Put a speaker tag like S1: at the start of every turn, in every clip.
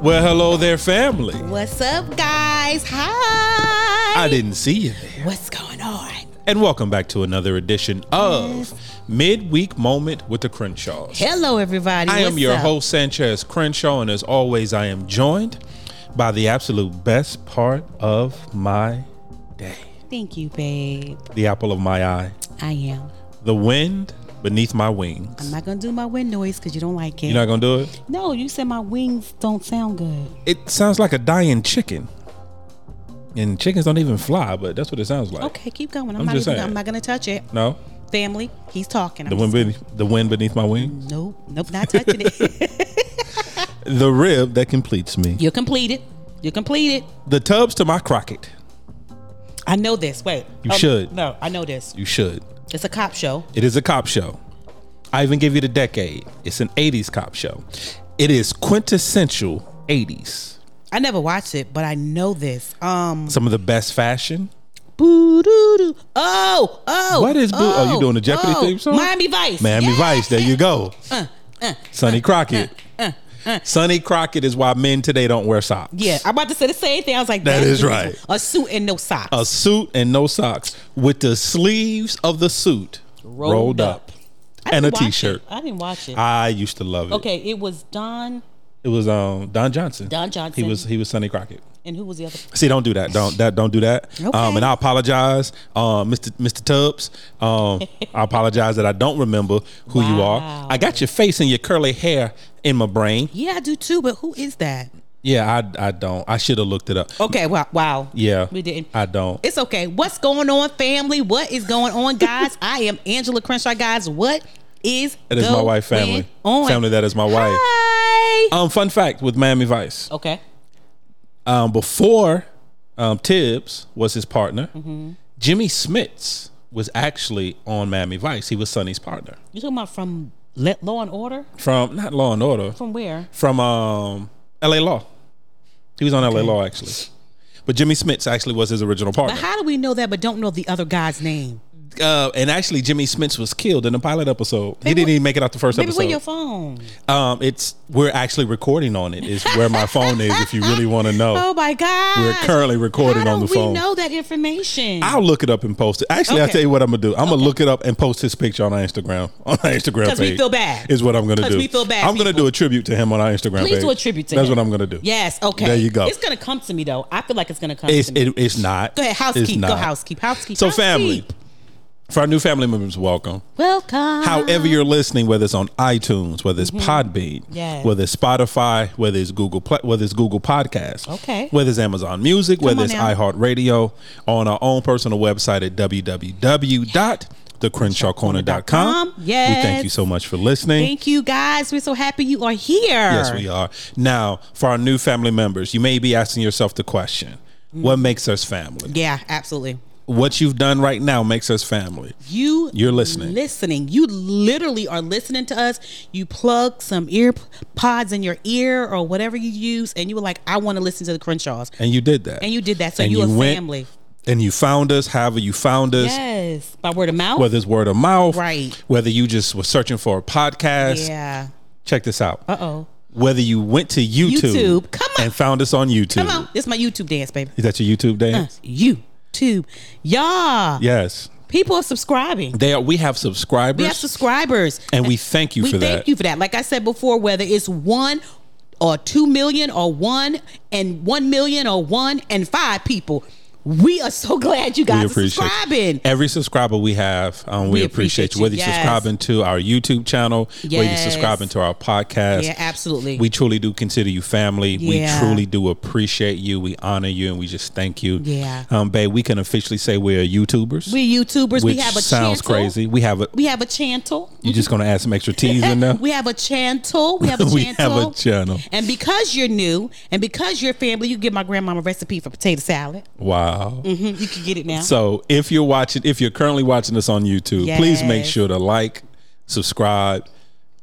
S1: Well, hello there, family.
S2: What's up, guys? Hi.
S1: I didn't see you there.
S2: What's going on?
S1: And welcome back to another edition of Midweek Moment with the Crenshaws.
S2: Hello, everybody.
S1: I am
S2: What's
S1: your
S2: up?
S1: host, Sanchez Crenshaw, and as always, I am joined by the absolute best part of my day
S2: Thank you, babe.
S1: the apple of my eye,
S2: I am.
S1: the wind beneath my
S2: I'm
S1: wings.
S2: not gonna do my wind noise because you don't like it.
S1: You're not going to do it?
S2: no, you said my wings don't sound good.
S1: It sounds like a dying chicken. And chickens don't even fly, but that's what it sounds like.
S2: Okay, keep going. I'm,
S1: I'm
S2: not.
S1: just
S2: Even,
S1: saying.
S2: I'm not gonna touch it.
S1: No?
S2: Family, he's talking. I'm
S1: The wind,
S2: just-
S1: beneath, the wind beneath my wings?
S2: Nope, nope, not touching it.
S1: The rib that completes me.
S2: You're completed. You're completed.
S1: The tubs to my crocket.
S2: I know this. Wait. Um,
S1: You should.
S2: No, I know this.
S1: You should.
S2: It's a cop show.
S1: It is a cop show. I even give you the decade. It's an 80s cop show. It is quintessential 80s.
S2: I never watched it, but I know this. Um.
S1: Some of the best fashion.
S2: Boo doo doo. Oh, oh.
S1: What is boo- oh, you doing the Jeopardy theme song?
S2: Miami Vice.
S1: Miami
S2: Yeah.
S1: Vice, there you go.
S2: Uh,
S1: Sonny Crockett. Sonny Crockett is why men today don't wear socks.
S2: Yeah, I'm about to say the same thing. I was like,
S1: That
S2: that's
S1: is
S2: the
S1: right.
S2: reason. A suit and no socks.
S1: A suit and no socks with the sleeves of the suit rolled, up.
S2: I
S1: And a
S2: didn't watch
S1: t shirt.
S2: it. I didn't watch it.
S1: I used to love it.
S2: okay, it was Don,
S1: It was um Don Johnson.
S2: Don Johnson.
S1: He was he was Sonny Crockett.
S2: and who was the other?
S1: See, don't do that. Don't that. Don't do that. Um,
S2: Okay.
S1: and I apologize, um, Mr. Mr. Tubbs. Um, I apologize that I don't remember who you are.
S2: Wow.
S1: I got your face and your curly hair in my brain.
S2: Yeah, I do too, but who is that?
S1: Yeah, I I don't. I should have looked it up.
S2: Okay, wow, wow.
S1: Yeah,
S2: we didn't.
S1: I don't.
S2: It's okay. What's going on, family? What is going on, guys? I am Angela Crenshaw, guys. What is
S1: That is my wife, family.
S2: On?
S1: Family, that is my wife.
S2: Hi.
S1: Um, fun fact with Miami Vice.
S2: okay.
S1: Um, before um, Tibbs was his partner,
S2: Mm-hmm.
S1: Jimmy Smits was actually on Miami Vice. He was Sonny's partner
S2: You talking about from Le- Law and Order?
S1: from not Law and Order.
S2: From where?
S1: from um, L.A. Law. He was on L.A. Law actually, but Jimmy Smits actually was his original
S2: But
S1: partner.
S2: how do we know that? But don't know the other guy's name.
S1: Uh, and actually, Jimmy Smits was killed in the pilot episode. He
S2: Baby,
S1: didn't even make it out the first
S2: Baby, where
S1: episode.
S2: your phone?
S1: um, it's we're actually recording on it. Is where my phone is. If you really want to know,
S2: Oh my God!
S1: we're currently recording
S2: How
S1: on the
S2: do
S1: phone.
S2: We know that information.
S1: I'll look it up and post it. Actually, I'll
S2: Okay.
S1: tell you what I'm gonna do. I'm gonna look it up and post his picture on our Instagram. On our Instagram
S2: 'Cause we
S1: page
S2: feel bad.
S1: Is what I'm gonna
S2: 'Cause
S1: do.
S2: we feel bad,
S1: I'm gonna do a tribute to him on our Instagram.
S2: Please do
S1: page.
S2: a tribute to
S1: That's
S2: him.
S1: what I'm gonna do.
S2: yes. Okay.
S1: There you go.
S2: It's gonna come to me though. I feel like it's gonna come
S1: It's
S2: to me.
S1: it, it's not.
S2: Go ahead.
S1: It's
S2: Housekeep. Go
S1: not.
S2: housekeep. Housekeep.
S1: So
S2: housekeep.
S1: family, for our new family members,
S2: Uh-huh.
S1: welcome.
S2: Welcome.
S1: However you're listening, whether it's on iTunes, whether it's Podbean,
S2: Mm-hmm. Yes.
S1: whether it's Spotify, whether it's Google, Pla- whether it's Google Podcasts,
S2: Okay.
S1: whether it's Amazon Music, whether
S2: on
S1: it's
S2: now.
S1: iHeartRadio, on our own personal website at www.thecrenshawcorner.com. We thank you
S2: Yes.
S1: so much for listening.
S2: Thank you guys. We're so happy you are here.
S1: Yes, we are. Now, for our new family members, you may be asking yourself the question,
S2: Mm.
S1: what makes us family?
S2: Yeah, absolutely.
S1: What you've done right now makes us family.
S2: You
S1: You're listening.
S2: Listening. You literally are listening to us. You plug some ear pods in your ear or whatever you use, and you were like, I want to listen to the Crenshaws.
S1: And you did that.
S2: And you did that. So
S1: And
S2: you, a
S1: went-
S2: family.
S1: And you found us, however you found us,
S2: Yes. By word of mouth.
S1: whether it's word of mouth,
S2: Right.
S1: Whether you just were searching for a podcast,
S2: yeah.
S1: check this out.
S2: Uh oh.
S1: Whether you went to YouTube,
S2: YouTube. Come on.
S1: and found us on YouTube.
S2: Come on. Uh. This is my YouTube dance, baby.
S1: Is that your YouTube dance?
S2: YouTube. Yeah.
S1: Yes,
S2: People are subscribing.
S1: they are. We have subscribers,
S2: We have subscribers.
S1: and we thank you
S2: we
S1: for
S2: thank
S1: that.
S2: you for that. Like I said before, whether it's one or two million or one and one million or one and five people, we are so glad you guys
S1: we
S2: are
S1: appreciate
S2: subscribing.
S1: every subscriber we have. Um, we,
S2: We
S1: appreciate,
S2: appreciate
S1: you. Whether
S2: you,
S1: you're
S2: yes.
S1: subscribing to our YouTube channel, whether you're
S2: Yes.
S1: subscribing to our podcast,
S2: Yeah, absolutely.
S1: We truly do consider you family.
S2: Yeah.
S1: We truly do appreciate you. We honor you, and we just thank you.
S2: Yeah.
S1: um, babe, we can officially say we're YouTubers.
S2: we YouTubers.
S1: which
S2: we have a
S1: sounds
S2: channel.
S1: crazy. We have a.
S2: We have a channel.
S1: You're just gonna add some extra T's in there.
S2: We have a channel. We have a channel.
S1: We have a channel.
S2: And because you're new and because you're family, you give my grandmama a recipe for potato salad.
S1: Wow.
S2: Mhm, You can get it now.
S1: So if you're watching, if you're currently watching us on YouTube, please make
S2: Yes.
S1: sure to like, subscribe,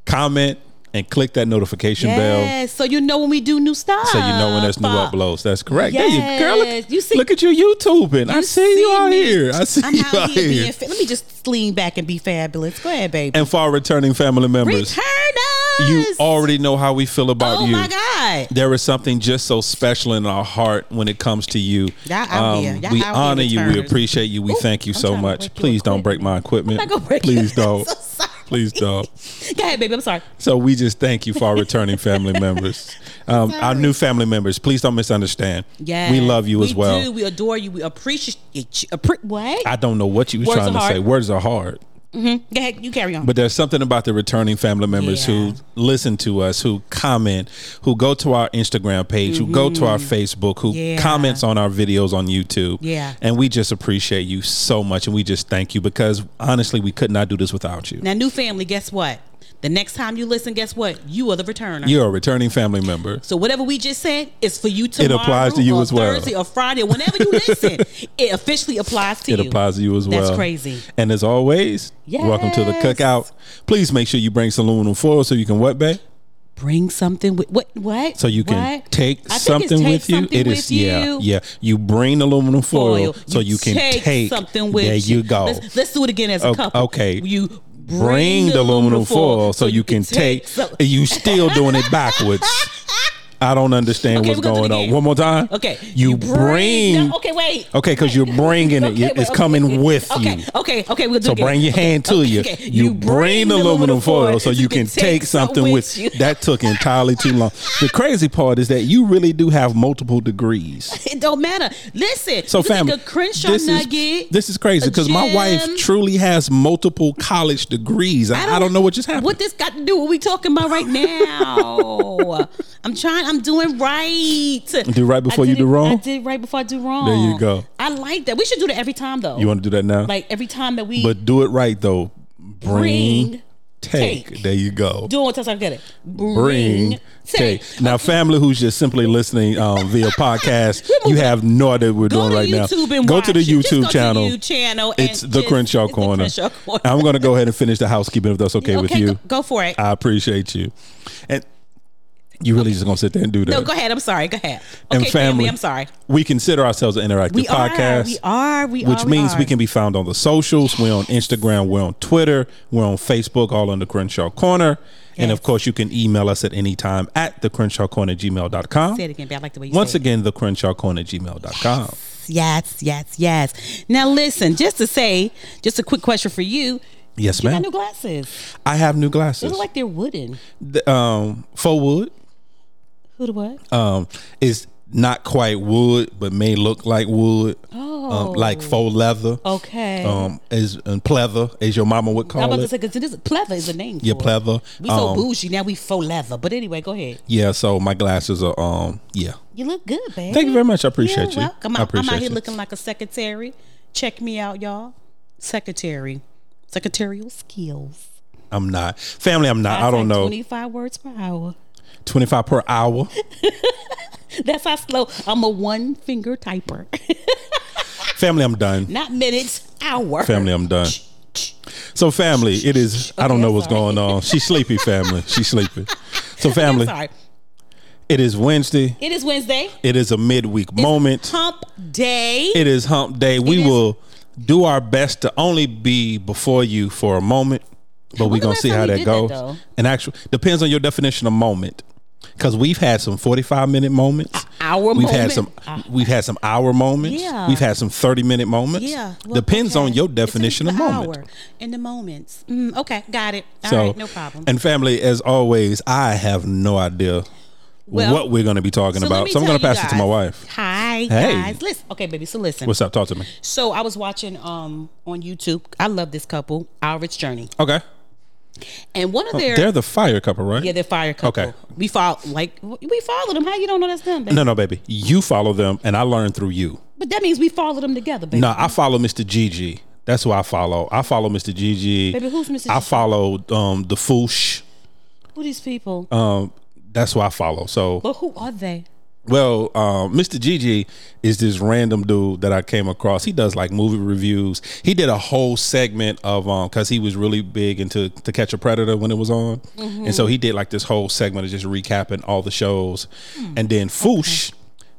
S1: comment, and click that notification bell.
S2: yes. So you know when we do new stuff.
S1: So you know when there's new uploads. That's correct. There you go. Girl,
S2: Yes.
S1: look,
S2: You see-
S1: look at you YouTubing. I see, you out
S2: me.
S1: here. I see
S2: I'm
S1: you
S2: out, here. Being
S1: here.
S2: fa- Let me just lean back and be fabulous. Go ahead, baby.
S1: And for our returning family members,
S2: Return
S1: You
S2: Yes.
S1: already know how we feel about
S2: Oh
S1: you.
S2: my God.
S1: There is something just so special in our heart when it comes to you. Um,
S2: Y'all out here. Y'all
S1: we
S2: out here
S1: honor you. We
S2: returns.
S1: appreciate you. We thank you so
S2: trying to
S1: much.
S2: break you
S1: Please don't
S2: equipment.
S1: break my equipment.
S2: I'm not gonna break
S1: Please
S2: you. I'm
S1: don't.
S2: so sorry.
S1: Please don't.
S2: Go ahead, baby. I'm sorry.
S1: So we just thank you for our returning family members, um, our new family members. Please don't misunderstand.
S2: Yeah.
S1: we love you as well.
S2: We do. We adore you. We appreciate you. Appre- what?
S1: I don't know what you was
S2: Words
S1: trying
S2: are
S1: to
S2: hard.
S1: say. Words are hard.
S2: Go ahead. You carry on.
S1: But there's something about the returning family members who
S2: Yeah.
S1: listen to us, who comment, who go to our Instagram page, who go to our Facebook, who
S2: Mm-hmm. Yeah.
S1: comments on our videos on YouTube.
S2: Yeah.
S1: And we just appreciate you so much. And we just thank you because honestly, we could not do this without you.
S2: now, new family, guess what? The next time you listen, guess what? You are the returner.
S1: You're a returning family member.
S2: So whatever we just said is for you tomorrow.
S1: applies to you
S2: or
S1: as well.
S2: Thursday or Friday, whenever you listen, it officially applies to
S1: It
S2: you.
S1: applies to you as well.
S2: That's crazy.
S1: And as always, welcome to the
S2: Yes.
S1: cookout. Please make sure you bring some aluminum foil so you can what, babe?
S2: Bring something with what? What?
S1: So you can
S2: What?
S1: take
S2: I think it's
S1: something
S2: take
S1: with you.
S2: something
S1: it
S2: with
S1: is yeah,
S2: you.
S1: yeah. You bring aluminum foil,
S2: Foil.
S1: so you can take,
S2: something with
S1: There
S2: you.
S1: you go.
S2: Let's, let's do it again as a
S1: O-
S2: couple.
S1: okay.
S2: You
S1: Bring, the aluminum foil, so you can take.
S2: some-
S1: you still doing it backwards. I don't understand
S2: Okay,
S1: what's
S2: we're gonna do
S1: going
S2: it
S1: on.
S2: again.
S1: One more time.
S2: Okay.
S1: You, bring.
S2: no, okay, wait.
S1: okay, because you're bringing it.
S2: Okay,
S1: it's
S2: wait,
S1: coming
S2: okay.
S1: with
S2: okay,
S1: you.
S2: Okay, okay, we'll do
S1: So
S2: it again.
S1: bring your
S2: Okay,
S1: hand to
S2: okay,
S1: you.
S2: okay.
S1: You, bring, the aluminum foil so you can take something with you. That took entirely too long. The crazy part is that you really do have multiple degrees.
S2: It don't matter. Listen,
S1: So,
S2: you can
S1: family,
S2: take a Crenshaw
S1: this
S2: nugget.
S1: is this is crazy
S2: a
S1: because my wife
S2: gem.
S1: truly has multiple college degrees. I, I don't, know what just happened.
S2: What this got to do? with What we talking about right now? I'm trying. I'm doing right.
S1: Do right before
S2: I
S1: you
S2: did
S1: do
S2: it-
S1: wrong?
S2: I did right before I do wrong.
S1: There you go.
S2: I like that. We should do that every time though.
S1: you want to do that now?
S2: like every time that we
S1: but do it right though. Bring,
S2: Bring,
S1: take.
S2: take.
S1: There you go.
S2: do it one time so I get it. Bring,
S1: Bring, take. Now, family who's just simply listening um, via podcast, you have no idea what we're
S2: Go
S1: doing
S2: to
S1: right
S2: YouTube
S1: now.
S2: and
S1: go
S2: watch
S1: to the
S2: it. Just
S1: YouTube
S2: go to
S1: channel.
S2: the YouTube channel and
S1: it's the
S2: just-
S1: Crenshaw
S2: it's the
S1: Corner.
S2: Crenshaw Corner.
S1: I'm going to go ahead and finish the housekeeping if that's okay, with
S2: okay,
S1: you.
S2: Go, go for it.
S1: I appreciate you. And you really just going to sit there and do that.
S2: no, go ahead. I'm sorry. Go ahead. Okay,
S1: and family.
S2: I'm sorry.
S1: We consider ourselves an interactive
S2: We
S1: podcast.
S2: are. We are. We are.
S1: Which means
S2: are.
S1: we can be found on the socials. We're on Instagram. We're on Twitter. We're on Facebook, all under Crenshaw Corner. And of
S2: Yes.
S1: course, you can email us at any time at the Crenshaw Corner gmail.com.
S2: Say it again, babe. I like the way you
S1: Once
S2: say it.
S1: again, the Crenshaw Corner gmail.com.
S2: Yes, yes, yes. Now listen, just to say, just a quick question for you.
S1: Yes,
S2: You got
S1: ma'am.
S2: new glasses.
S1: I have new
S2: They
S1: glasses.
S2: look like they're wooden.
S1: The, um, faux wood
S2: Who the what?
S1: um, is not quite wood, but may look like wood. Um, like faux leather.
S2: Oh. Okay.
S1: Um, is and pleather, as your mama would
S2: I'm
S1: call
S2: about
S1: it.
S2: to say because it is pleather is a name.
S1: Yeah,
S2: for it.
S1: pleather.
S2: We so
S1: Um,
S2: bougie now. We faux leather. But anyway, go ahead.
S1: Yeah, so my glasses are um yeah.
S2: You look good, babe.
S1: Thank you very much. I appreciate
S2: You're
S1: you. I
S2: welcome. I'm, I'm
S1: appreciate
S2: out here
S1: you.
S2: looking like a secretary. Check me out, y'all. Secretary, secretarial skills.
S1: I'm not. Family, I'm not. I,
S2: type
S1: don't know.
S2: 25 words per hour.
S1: 25 per hour.
S2: That's how slow. I'm a one finger typer.
S1: family, I'm done.
S2: Not minutes, hour.
S1: Family, I'm done. So family, it is I don't
S2: Okay,
S1: know what's
S2: sorry.
S1: going on. She's sleepy, family. She's sleepy. So family,
S2: Sorry.
S1: it is Wednesday.
S2: It is Wednesday.
S1: It is a midweek moment.
S2: Hump day.
S1: It is hump day. We
S2: is-
S1: will do our best to only be before you for a moment, but we're
S2: the
S1: gonna
S2: last
S1: see
S2: time
S1: how
S2: we
S1: that
S2: did that,
S1: goes.
S2: though?
S1: and actually, depends on your definition of moment, because we've had some forty-five minute moments.
S2: hour
S1: We've had
S2: moment? Uh, Ah.
S1: some. We've had some hour moments.
S2: Yeah.
S1: We've had some thirty-minute moments.
S2: yeah. well,
S1: depends
S2: okay.
S1: on your
S2: It takes
S1: definition of
S2: the
S1: moment.
S2: hour and the moments. Mm, okay, got it. All right,
S1: So,
S2: no problem.
S1: And family, as always, I have no idea
S2: Well,
S1: what we're gonna be talking
S2: So let
S1: about,
S2: me
S1: so I'm
S2: tell
S1: gonna
S2: you
S1: pass it to my
S2: guys.
S1: wife.
S2: Hi,
S1: Hey.
S2: guys. Listen. Okay, baby. So listen.
S1: What's up? Talk to me.
S2: so I was watching um on YouTube. I love this couple, Alrid's Journey,
S1: Okay.
S2: and one of their
S1: Oh, They're the fire couple, right?
S2: yeah, their fire couple.
S1: Okay.
S2: We follow like we followed them. How you don't know that's them? Baby?
S1: No, no, baby. You follow them, and I learn through you.
S2: But that means we followed them together, baby.
S1: No, I follow Mr. Gigi. That's who I follow. I follow Mr. Gigi.
S2: Baby, who's Mr.
S1: I
S2: Gigi?
S1: follow um, the Foosh.
S2: Who these people?
S1: Um, that's who I follow. So,
S2: but who are they?
S1: well, um, Mr. Gigi is this random dude that I came across. He does like movie reviews. He did a whole segment of um, because he was really big into To Catch a Predator when it was on,
S2: Mm-hmm.
S1: and so he did like this whole segment of just recapping all the
S2: Hmm.
S1: shows, and then Foosh,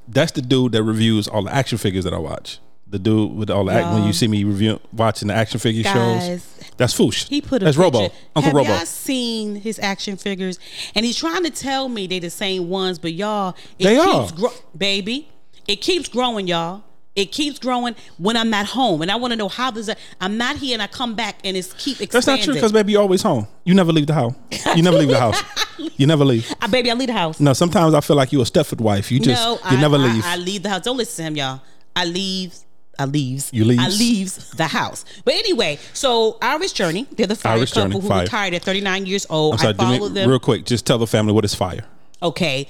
S1: that's the dude that reviews all the action figures that I watch. The dude with all the act when
S2: Y'all.
S1: you see me reviewing watching the action figure
S2: Guys.
S1: shows. That's Foosh.
S2: He put a
S1: That's
S2: picture.
S1: Robo. Uncle
S2: Have
S1: Robo.
S2: y'all seen his action figures? And he's trying to tell me they the same ones, but y'all, it
S1: They
S2: keeps
S1: are.
S2: gro- baby. It keeps growing, y'all. It keeps growing when I'm not home, and I want to know how this. I'm not here, and I come back, and it's keep expanding.
S1: That's not true because baby, you always home. You never leave the house. You never leave the house. You never leave.
S2: Ah, baby, I leave the house.
S1: No, sometimes I feel like you a Stepford wife. You just you
S2: I,
S1: never
S2: I-
S1: leave.
S2: I, leave the house. Don't listen to him, y'all. I leaves. I leaves.
S1: You leaves?
S2: I leaves the house. But anyway, so Irish Journey, they're the fire
S1: Irish
S2: couple
S1: Journey,
S2: who
S1: fire.
S2: retired at 39 years old.
S1: I'm sorry,
S2: I
S1: do me-
S2: follow them.
S1: real quick. Just tell the family what is fire.
S2: okay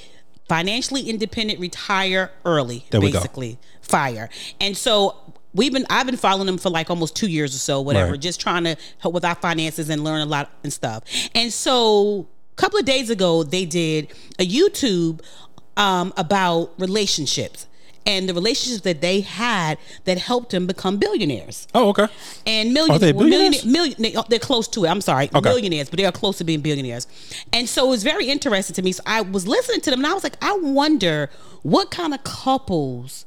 S2: financially independent retire early
S1: There we go.
S2: basically fire and so we've been i've been following them for like almost two years or so whatever
S1: Right.
S2: just trying to help with our finances and learn a lot and stuff and so a couple of days ago they did a youtube um, about relationships and the relationships that they had that helped them become billionaires
S1: Oh, okay.
S2: and million,
S1: Are they billionaires?
S2: million- million- oh, they're close to it. I'm sorry, millionaires, but they are close to being billionaires. And so it was very interesting to me. So I was listening to them, and I was like, I wonder what kind of couples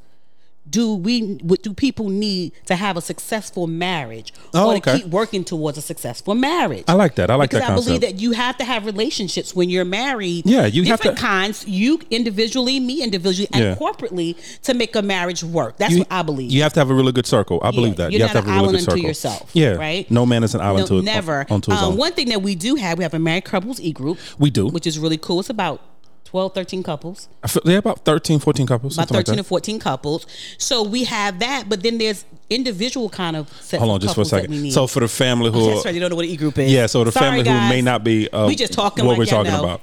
S2: do we what do people need to have a successful marriage
S1: Oh,
S2: or
S1: okay.
S2: to keep working towards a successful marriage?
S1: I like that. I like
S2: because
S1: that
S2: I
S1: concept.
S2: believe that you have to have relationships when you're married.
S1: Yeah, you have
S2: different
S1: to-
S2: kinds. You individually, me individually, and
S1: Yeah.
S2: corporately to make a marriage work. That's what I believe.
S1: You have to have a really good circle. I believe
S2: Yeah,
S1: that.
S2: you're
S1: you have to have
S2: not an
S1: a really
S2: island
S1: good
S2: unto
S1: circle.
S2: yourself,
S1: Yeah.
S2: right?
S1: No man is an island
S2: no,
S1: to
S2: never.
S1: Onto his
S2: Um,
S1: own.
S2: One thing that we do have, we have a married couples e group.
S1: We do.
S2: which is really cool. It's about 12, 13 couples,
S1: I feel, they're about 13, 14 couples.
S2: about
S1: something like
S2: 13
S1: that.
S2: or 14 couples. So we have that, but then there's individual kind of sets
S1: Hold on
S2: of
S1: just for a
S2: couples that we
S1: second.
S2: need. Oh,
S1: So for the family who
S2: That's right. You don't know what an e group is.
S1: Yeah, so the
S2: Sorry,
S1: family who may
S2: guys.
S1: not be uh,
S2: We just talking
S1: what
S2: like
S1: we're
S2: y'all
S1: talking
S2: know.
S1: about.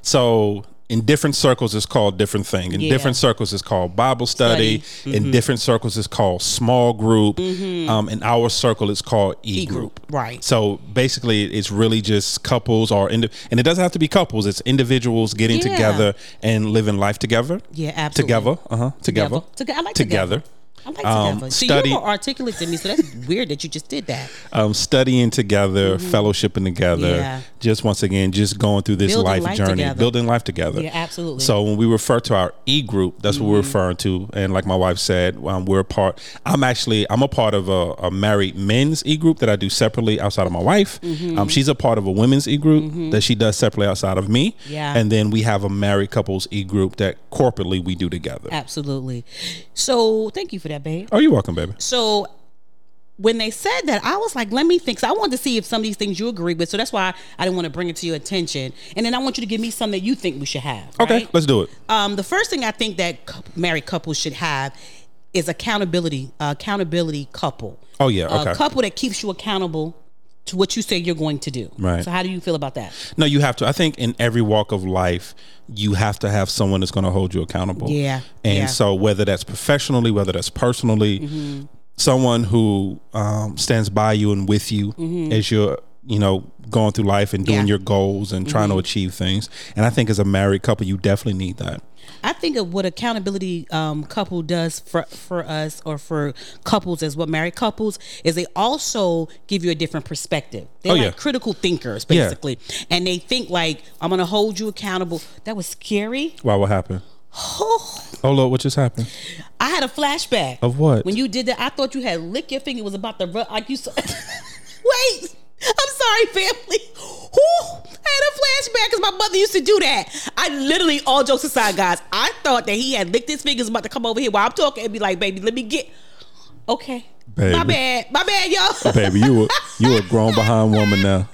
S1: So in different circles it's called different thing. In
S2: Yeah. Mm-hmm.
S1: different circles it's called Bible study. In different circles it's called small group. Um, in our circle it's called e group.
S2: right.
S1: So basically it's really just couples or indi- and it doesn't have to be couples. It's individuals getting
S2: Yeah.
S1: together and living life together.
S2: Yeah, absolutely.
S1: Together. Uh huh. Together.
S2: Together. Toge- I like together.
S1: together.
S2: I like
S1: Um,
S2: together. So
S1: study-
S2: you're more articulate than me, so that's weird that you just did that.
S1: um, studying together, fellowshipping together.
S2: Mm-hmm. Yeah.
S1: Just once again, just going through this
S2: Building
S1: life,
S2: life
S1: journey,
S2: together.
S1: building life together.
S2: Yeah, absolutely. Mm-hmm.
S1: So when we refer to our e group, that's what we're referring to. And like my wife said, um, we're a part. I'm actually I'm a part of a, a married men's e group that I do separately outside of my wife.
S2: Mm-hmm.
S1: Um, she's a part of a women's e group that she does separately outside of me.
S2: Yeah.
S1: And then we have a married couples e group that corporately we do together.
S2: Absolutely. So thank you for that, babe.
S1: Oh, you're welcome, baby.
S2: So when they said that, I was like, let me think. So I wanted to see if some of these things you agree with. So that's why I didn't want to bring it to your attention. And then I want you to give me some that you think we should have.
S1: Okay,
S2: right?
S1: let's do it.
S2: Um, the first thing I think that cou- married couples should have is accountability. Uh, accountability couple.
S1: Oh, yeah,
S2: A
S1: okay.
S2: couple that keeps you accountable to what you say you're going to do.
S1: Right.
S2: So how do you feel about that?
S1: No, you have to. I think in every walk of life, you have to have someone that's going to hold you accountable.
S2: Yeah,
S1: And
S2: yeah. Mm-hmm.
S1: so, whether that's professionally, whether that's personally, someone who um, stands by you and with you as you're, you know, going through life and doing
S2: Mm-hmm. Yeah. Mm-hmm.
S1: your goals and trying to achieve things. And I think as a married couple, you definitely need that.
S2: I think of what accountability um, couple does for for us or for couples as what married couples is they also give you a different perspective. They're
S1: Oh,
S2: like
S1: yeah.
S2: critical thinkers
S1: Yeah.
S2: basically, and they think like I'm gonna hold you accountable. That was scary.
S1: Wow, what happened? Oh Lord, what just happened?
S2: I had a flashback
S1: Of what?
S2: when you did that. I thought you had licked your finger. It was about to run. Like you. saw- Wait. I'm sorry, family. Whew, I had a flashback because my mother used to do that. I literally, all jokes aside, guys, I thought that he had licked his fingers about to come over here while I'm talking and be like, "Baby, let me get." Okay. My
S1: Baby.
S2: bad. My bad, y'all.
S1: Baby, you a you a grown behind woman now.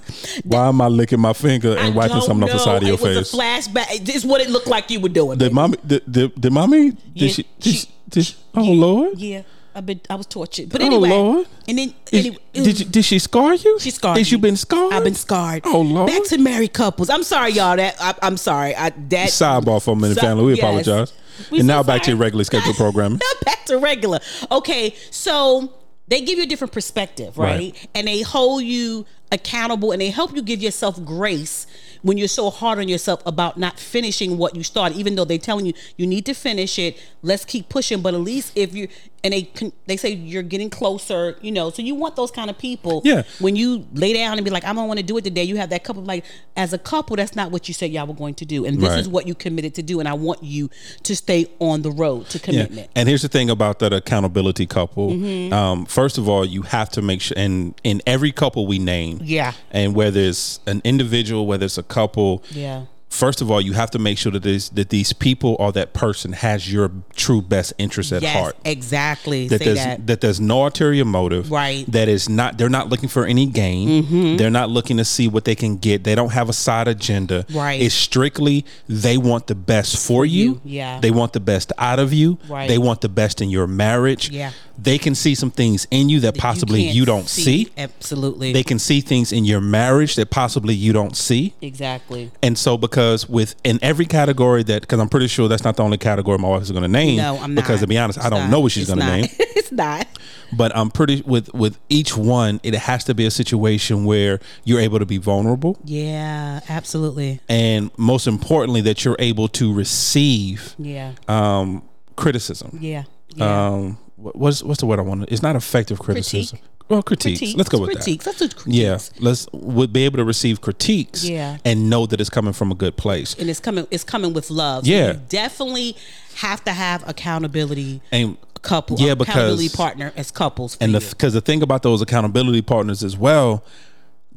S1: Why am I licking my finger and
S2: I
S1: wiping
S2: don't
S1: something off the
S2: know.
S1: side of your
S2: it
S1: face?
S2: was a flashback. This is what it looked like you were doing.
S1: Did
S2: baby.
S1: mommy? Did, did, did mommy? Did
S2: Yeah,
S1: she, did
S2: she-
S1: she- did she- Oh Lord!
S2: yeah, I've been. I was tortured. But
S1: Oh,
S2: anyway,
S1: Lord.
S2: and then
S1: Did,
S2: anyway,
S1: did you, did she scar you?
S2: She scarred.
S1: Did you
S2: me.
S1: been scarred?
S2: I've been scarred.
S1: Oh, Lord.
S2: Back to married couples. I'm sorry, y'all. That I, I'm sorry. I that.
S1: Sidebar for a minute,
S2: So-
S1: family. We
S2: yes.
S1: apologize.
S2: We
S1: and
S2: so
S1: now back to
S2: sorry.
S1: your regularly scheduled programming.
S2: back to regular. Okay, so they give you a different perspective, right?
S1: Right.
S2: And they hold you accountable, and they help you give yourself grace when you're so hard on yourself about not finishing what you started, even though they're telling you you need to finish it. Let's keep pushing. But at least if you and they con- they say you're getting closer, you know. So you want those kind of people.
S1: Yeah.
S2: When you lay down and be like, I don't want to do it today. You have that couple like as a couple, that's not what you said y'all were going to do, and this
S1: Right.
S2: is what you committed to do. And I want you to stay on the road to commitment.
S1: And here's the thing about that accountability couple.
S2: Mm-hmm.
S1: Um, first of all, you have to make sure, and in every couple we name,
S2: Yeah.
S1: and whether it's an individual, whether it's a couple,
S2: Yeah.
S1: First of all, you have to make sure that these that these people or that person has your true best interest at
S2: yes,
S1: heart.
S2: exactly.
S1: That
S2: Say
S1: there's
S2: that.
S1: that. there's no ulterior motive.
S2: Right. Mm-hmm.
S1: That is not they're not looking for any gain. They're not looking to see what they can get. They don't have a side agenda.
S2: Right.
S1: It's strictly they want the best for you.
S2: you, yeah.
S1: They want the best out of you.
S2: Right.
S1: They want the best in your marriage.
S2: Yeah.
S1: They can see some things in you that possibly you,
S2: can't
S1: don't see.
S2: Absolutely.
S1: They can see things in your marriage that possibly you don't see.
S2: exactly.
S1: And so, because with in every category that, because I'm pretty sure that's not the only category my wife is going to name.
S2: No, I'm not.
S1: Because to be honest, I
S2: It's
S1: don't
S2: not.
S1: know what she's
S2: It's
S1: going to
S2: not.
S1: name
S2: it's not.
S1: but I'm pretty with with each one. It has to be a situation where you're able to be vulnerable,
S2: Yeah, absolutely.
S1: and most importantly, that you're able to receive
S2: Yeah.
S1: um, criticism.
S2: yeah. Yeah.
S1: Um, wha- what's what's the word I want? It's not effective criticism. Well, critiques. Let's go with
S2: critiques. That. That's what
S1: that. Yeah,
S2: critiques.
S1: let's would be able to receive critiques.
S2: Yeah.
S1: and know that it's coming from a good place.
S2: And it's coming it's coming with love. So
S1: Yeah.
S2: You definitely have to have accountability
S1: And
S2: couple.
S1: Yeah,
S2: accountability
S1: because-
S2: partner as couples. For
S1: and
S2: you.
S1: because the thing about those accountability partners as well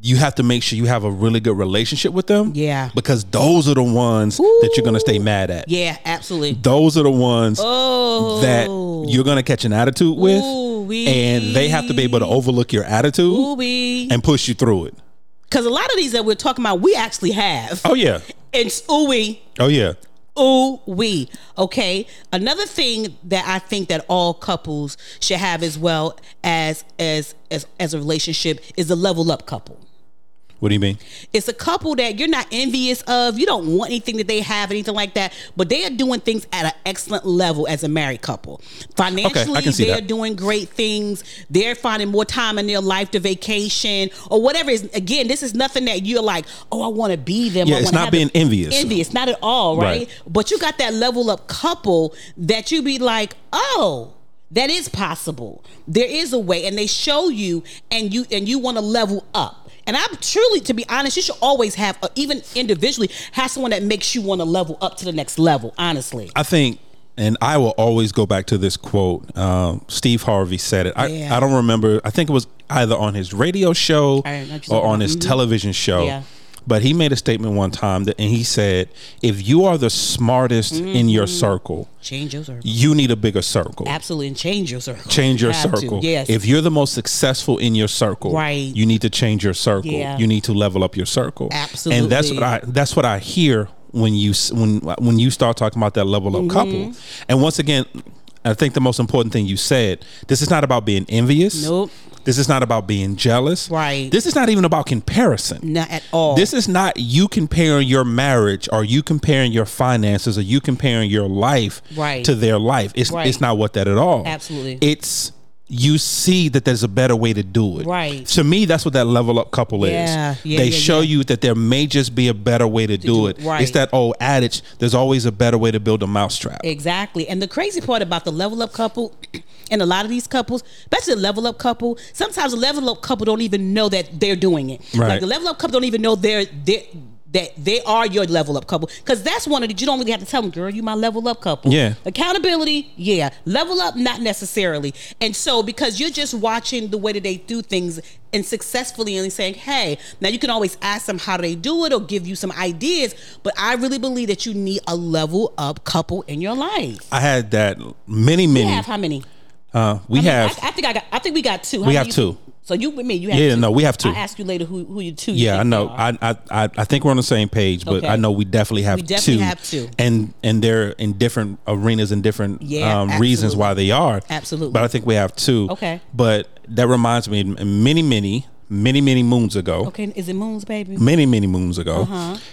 S1: you have to make sure you have a really good relationship with them
S2: Yeah.
S1: because those are the ones that you're going to stay mad at
S2: yeah, absolutely.
S1: those are the ones
S2: Oh
S1: that you're going to catch an attitude with
S2: Ooh-wee.
S1: and they have to be able to overlook your attitude
S2: ooey.
S1: and push you through it
S2: Because a lot of these that we're talking about, we actually have.
S1: oh yeah
S2: It's ooey.
S1: oh yeah
S2: Ooh we okay. Another thing that I think that all couples should have as well as as as as a relationship is a level up couple.
S1: what do you mean
S2: It's a couple that you're not envious of. You don't want anything that they have, anything like that. But they are doing things at an excellent level as a married couple. Financially,
S1: can see
S2: they are
S1: that.
S2: doing great things. They're finding more time in their life to vacation or whatever. Is again, this is nothing that you're like, oh, I want to be them.
S1: Yeah,
S2: I
S1: it's
S2: wanna
S1: not
S2: have them."
S1: being envious.
S2: Envious, not at all, right?
S1: Right.
S2: But you got that level up couple that you be like, oh. That is possible. There is a way, and they show you, and you and you want to level up. And I'm truly, to be honest, you should always have, uh, even individually, have someone that makes you want to level up to the next level. Honestly,
S1: I think, and I will always go back to this quote. Um, Steve Harvey said it. I,
S2: Yeah.
S1: I don't remember. I think it was either on his radio show
S2: I know what you're
S1: or on
S2: talking
S1: his television show.
S2: Mm-hmm. Yeah.
S1: But he made a statement one time that, and he said, if you are the smartest
S2: Mm-hmm.
S1: in your circle,
S2: change your circle.
S1: you need a bigger circle.
S2: Absolutely, and change your circle.
S1: Change your
S2: Have to,
S1: circle.
S2: Yes.
S1: If you're the most successful in your circle,
S2: Right.
S1: you need to change your circle.
S2: Yeah.
S1: You need to level up your circle. And that's
S2: Absolutely.
S1: what I that's what I hear when you s- when when you start talking about that level
S2: Mm-hmm.
S1: up couple. And once again, I think the most important thing you said, this is not about being envious.
S2: Nope.
S1: This is not about being jealous.
S2: Right.
S1: This is not even about comparison.
S2: not at all.
S1: This is not you comparing your marriage or you comparing your finances or you comparing your life
S2: Right.
S1: to their life. It's
S2: Right.
S1: it's not what that at all.
S2: Absolutely.
S1: It's you see that there's a better way to do it.
S2: Right.
S1: To me, that's what that level up couple
S2: Yeah.
S1: is.
S2: Yeah,
S1: they
S2: yeah,
S1: show
S2: yeah.
S1: you that there may just be a better way to, do,
S2: do-
S1: it.
S2: right.
S1: It's that old adage, there's always a better way to build a mousetrap.
S2: Exactly. And the crazy part about the level up couple and a lot of these couples, especially the level up couple, sometimes the level up couple don't even know that they're doing it.
S1: Right.
S2: Like the level up couple don't even know they're they that they are your level up couple because that's one of the you don't really have to tell them girl you my level up couple
S1: Yeah.
S2: accountability yeah level up not necessarily and so because you're just watching the way that they do things and successfully and saying hey now you can always ask them how they do it or give you some ideas but i really believe that you need a level up couple in your life
S1: I had that many,
S2: we
S1: many.
S2: have how many?
S1: uh, we
S2: I mean,
S1: have.
S2: I, I think I got. I think we got two. How
S1: We
S2: many
S1: have
S2: you-
S1: two.
S2: So you with me? You have
S1: Yeah,
S2: two.
S1: no, we have two.
S2: I asked you later who who you two. you
S1: Yeah, I
S2: think
S1: know.
S2: they are.
S1: I, I I I think we're on the same page, but
S2: Okay.
S1: I know we definitely have
S2: We definitely
S1: two.
S2: have two.
S1: and and they're in different arenas and different
S2: Yeah,
S1: um, reasons
S2: absolutely.
S1: why they are.
S2: Absolutely.
S1: but I think we have two.
S2: Okay.
S1: but that reminds me, many many many many moons ago,
S2: okay, Uh-huh. is it Moons, baby?
S1: many many moons ago,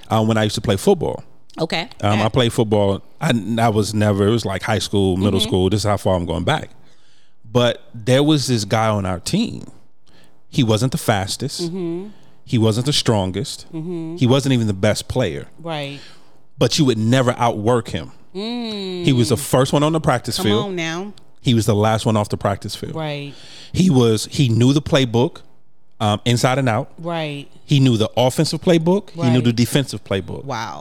S1: uh, when I used to play football.
S2: Okay.
S1: Um,
S2: Uh,
S1: I played football. I, I was never. It was like high school, middle
S2: Mm-hmm.
S1: school. This is how far I'm going back.
S2: Mm-hmm.
S1: But there was this guy on our team. He wasn't the fastest. He wasn't the strongest. He wasn't even the best player,
S2: Right.
S1: but you would never outwork him. He was the first one on the practice
S2: Mm. Come
S1: field.
S2: on now.
S1: He was the last one off the practice field.
S2: Right.
S1: He was he knew the playbook um, inside and out.
S2: Right.
S1: He knew the offensive playbook. He knew
S2: Right.
S1: the defensive playbook.
S2: Wow.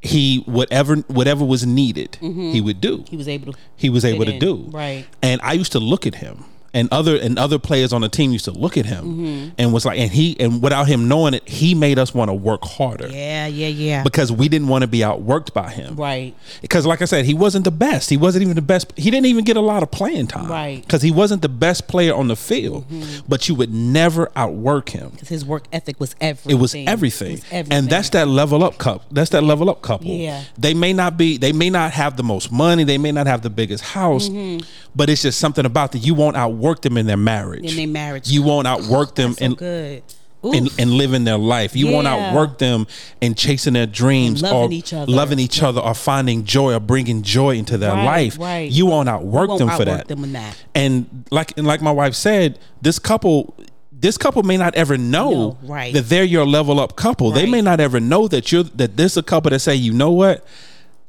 S1: He whatever whatever was needed,
S2: Mm-hmm.
S1: he would do.
S2: He was able to.
S1: He was able to
S2: in.
S1: do.
S2: Right.
S1: And I used to look at him. And other and other players on the team used to look at him
S2: Mm-hmm.
S1: and was like and he and without him knowing it, he made us want to work harder.
S2: Yeah. Yeah. Yeah.
S1: Because we didn't want to be outworked by him.
S2: right.
S1: Because, like I said, he wasn't the best. He wasn't even the best. He didn't even get a lot of playing time.
S2: Right. Mm-hmm.
S1: Because he wasn't the best player on the field, but you would never outwork him.
S2: Because his work ethic was everything.
S1: It was everything.
S2: It was
S1: And that's that level up couple. That's that level up couple.
S2: Yeah.
S1: They may not be, they may not have the most money, they may not have the biggest house,
S2: Mm-hmm.
S1: but it's just something about that you won't outwork them in their marriage.
S2: In their marriage.
S1: You won't outwork them
S2: so
S1: in,
S2: good.
S1: and, and living their life. You won't
S2: Yeah.
S1: outwork them and chasing their dreams
S2: And loving
S1: or
S2: each other.
S1: loving each other or finding joy or bringing joy into their
S2: Right,
S1: life.
S2: right.
S1: You won't outwork
S2: won't
S1: them for
S2: outwork
S1: that.
S2: them in that.
S1: And like and like my wife said, this couple this couple may not ever know
S2: No, right.
S1: that they're your level up couple. They
S2: Right.
S1: may not ever know that you're that this a couple that say, you know what?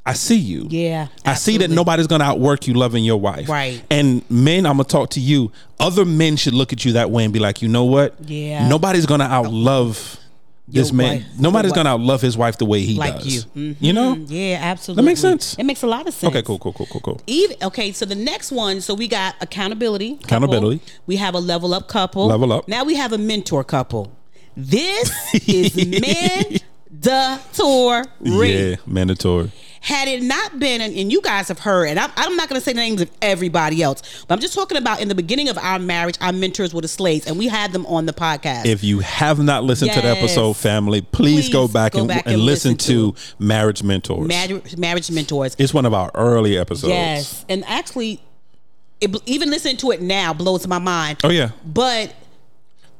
S1: I see you.
S2: Yeah,
S1: I see that
S2: absolutely.
S1: nobody's gonna outwork you loving your wife.
S2: Right.
S1: And men, I'm gonna talk to you. Other men should look at you that way and be like, you know what?
S2: Yeah.
S1: Nobody's gonna outlove this
S2: Your
S1: man.
S2: wife.
S1: Nobody's
S2: Your
S1: gonna outlove his wife the way he
S2: Like
S1: does.
S2: you. Mm-hmm.
S1: You know?
S2: Mm, Yeah. Absolutely.
S1: makes sense.
S2: It makes a lot of sense.
S1: Okay, cool, cool, cool, cool, cool.
S2: Even okay, so the next one, so we got accountability. couple.
S1: Accountability.
S2: We have a level up couple.
S1: Level up.
S2: Now we have a mentor couple. This is mandatory.
S1: Yeah, mandatory.
S2: Had it not been, and, and you guys have heard, and I'm, I'm not going to say the names of everybody else, but I'm just talking about in the beginning of our marriage, our mentors were the slaves, and we had them on the podcast.
S1: If you have not listened to the
S2: Yes.
S1: episode, family, please,
S2: Please
S1: go back, and, and, listen, to, Marriage Mentors.
S2: marriage, marriage mentors.
S1: it's one of our early episodes.
S2: Yes, and actually, it, bl- even listening to it now blows my mind.
S1: Oh yeah.
S2: But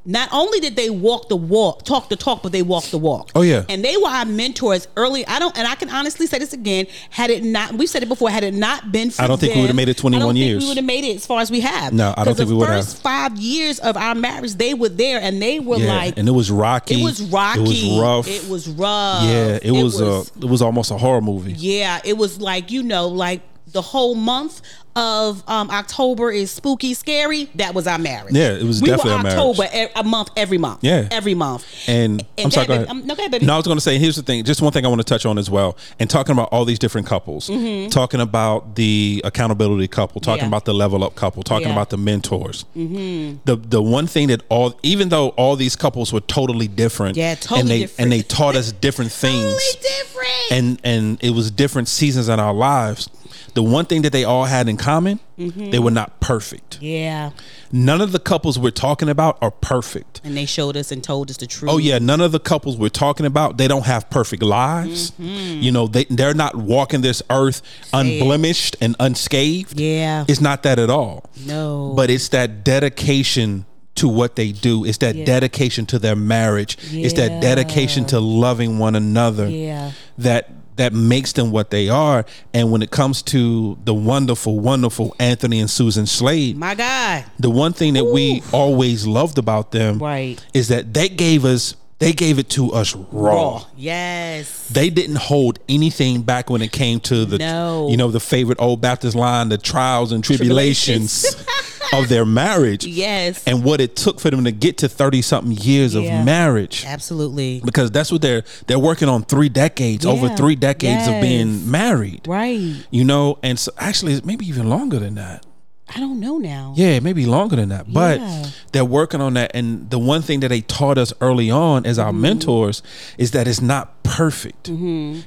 S2: not only did they walk the walk, talk the talk, but they walked the walk.
S1: Oh, yeah.
S2: and they were our mentors early. I don't, and I can honestly say this again. Had it not, we've said it before. Had it not been, for
S1: I don't think we
S2: them,
S1: would've made it 21
S2: I don't think
S1: years.
S2: we would have made it as far as we have.
S1: No, I don't
S2: 'Cause
S1: think
S2: the
S1: we would have.
S2: First five years of our marriage, they were there, and they were
S1: Yeah.
S2: like,
S1: and it was rocky.
S2: it was rocky,
S1: It was rough.
S2: it was rough.
S1: yeah, it, was, a it was almost a horror movie.
S2: Yeah, it was like you know, like the whole month of um, October is spooky, scary. That was our marriage.
S1: Yeah, it was
S2: we
S1: definitely
S2: were
S1: our marriage.
S2: October e- a month every month.
S1: Yeah.
S2: every month.
S1: And,
S2: And
S1: I'm sorry,
S2: go
S1: go
S2: ahead,
S1: ahead.
S2: baby. Um, no, go ahead, baby.
S1: No, I was going to say, here's the thing. Just one thing I want to touch on as well. And talking about all these different couples, talking about the accountability couple, talking
S2: Mm-hmm. Yeah.
S1: about the level up couple, talking
S2: Yeah. Mm-hmm.
S1: about the mentors. The the one thing that all, even though all these couples were totally different,
S2: Yeah, totally
S1: and they
S2: different.
S1: and they taught us different things,
S2: Totally different.
S1: and and it was different seasons in our lives. The one thing that they all had in common,
S2: Mm-hmm.
S1: they were not perfect.
S2: yeah,
S1: None of the couples we're talking about are perfect.
S2: and they showed us and told us the truth.
S1: Oh yeah, none of the couples we're talking about, they don't have perfect lives.
S2: Mm-hmm.
S1: You know, they they're not walking this earth unblemished and unscathed.
S2: yeah.
S1: It's not that at all.
S2: no,
S1: But it's that dedication to what they do. It's that dedication to their marriage. It's that
S2: Yeah.
S1: dedication to loving one another.
S2: Yeah.
S1: That that makes them what they are. And when it comes to the wonderful, wonderful Anthony and Susan Slade,
S2: my God,
S1: the one thing that we always loved about them
S2: Right.
S1: is that they gave us they gave it to us raw.
S2: oh yes,
S1: They didn't hold anything back when it came to the
S2: No.
S1: you know the favorite old Baptist line, the trials and tribulations,
S2: Tribulations.
S1: of their marriage.
S2: yes,
S1: And what it took for them to get to 30 something years
S2: Yeah.
S1: of marriage
S2: absolutely,
S1: because that's what they're they're working on 3 decades, over
S2: Yeah.
S1: 3 decades of
S2: Yes.
S1: being married.
S2: right.
S1: You know, and so actually it's maybe even longer than that.
S2: I don't know now.
S1: Yeah, maybe longer than that. But
S2: Yeah.
S1: they're working on that. And the one thing that they taught us early on as
S2: Mm-hmm.
S1: our mentors is that it's not perfect.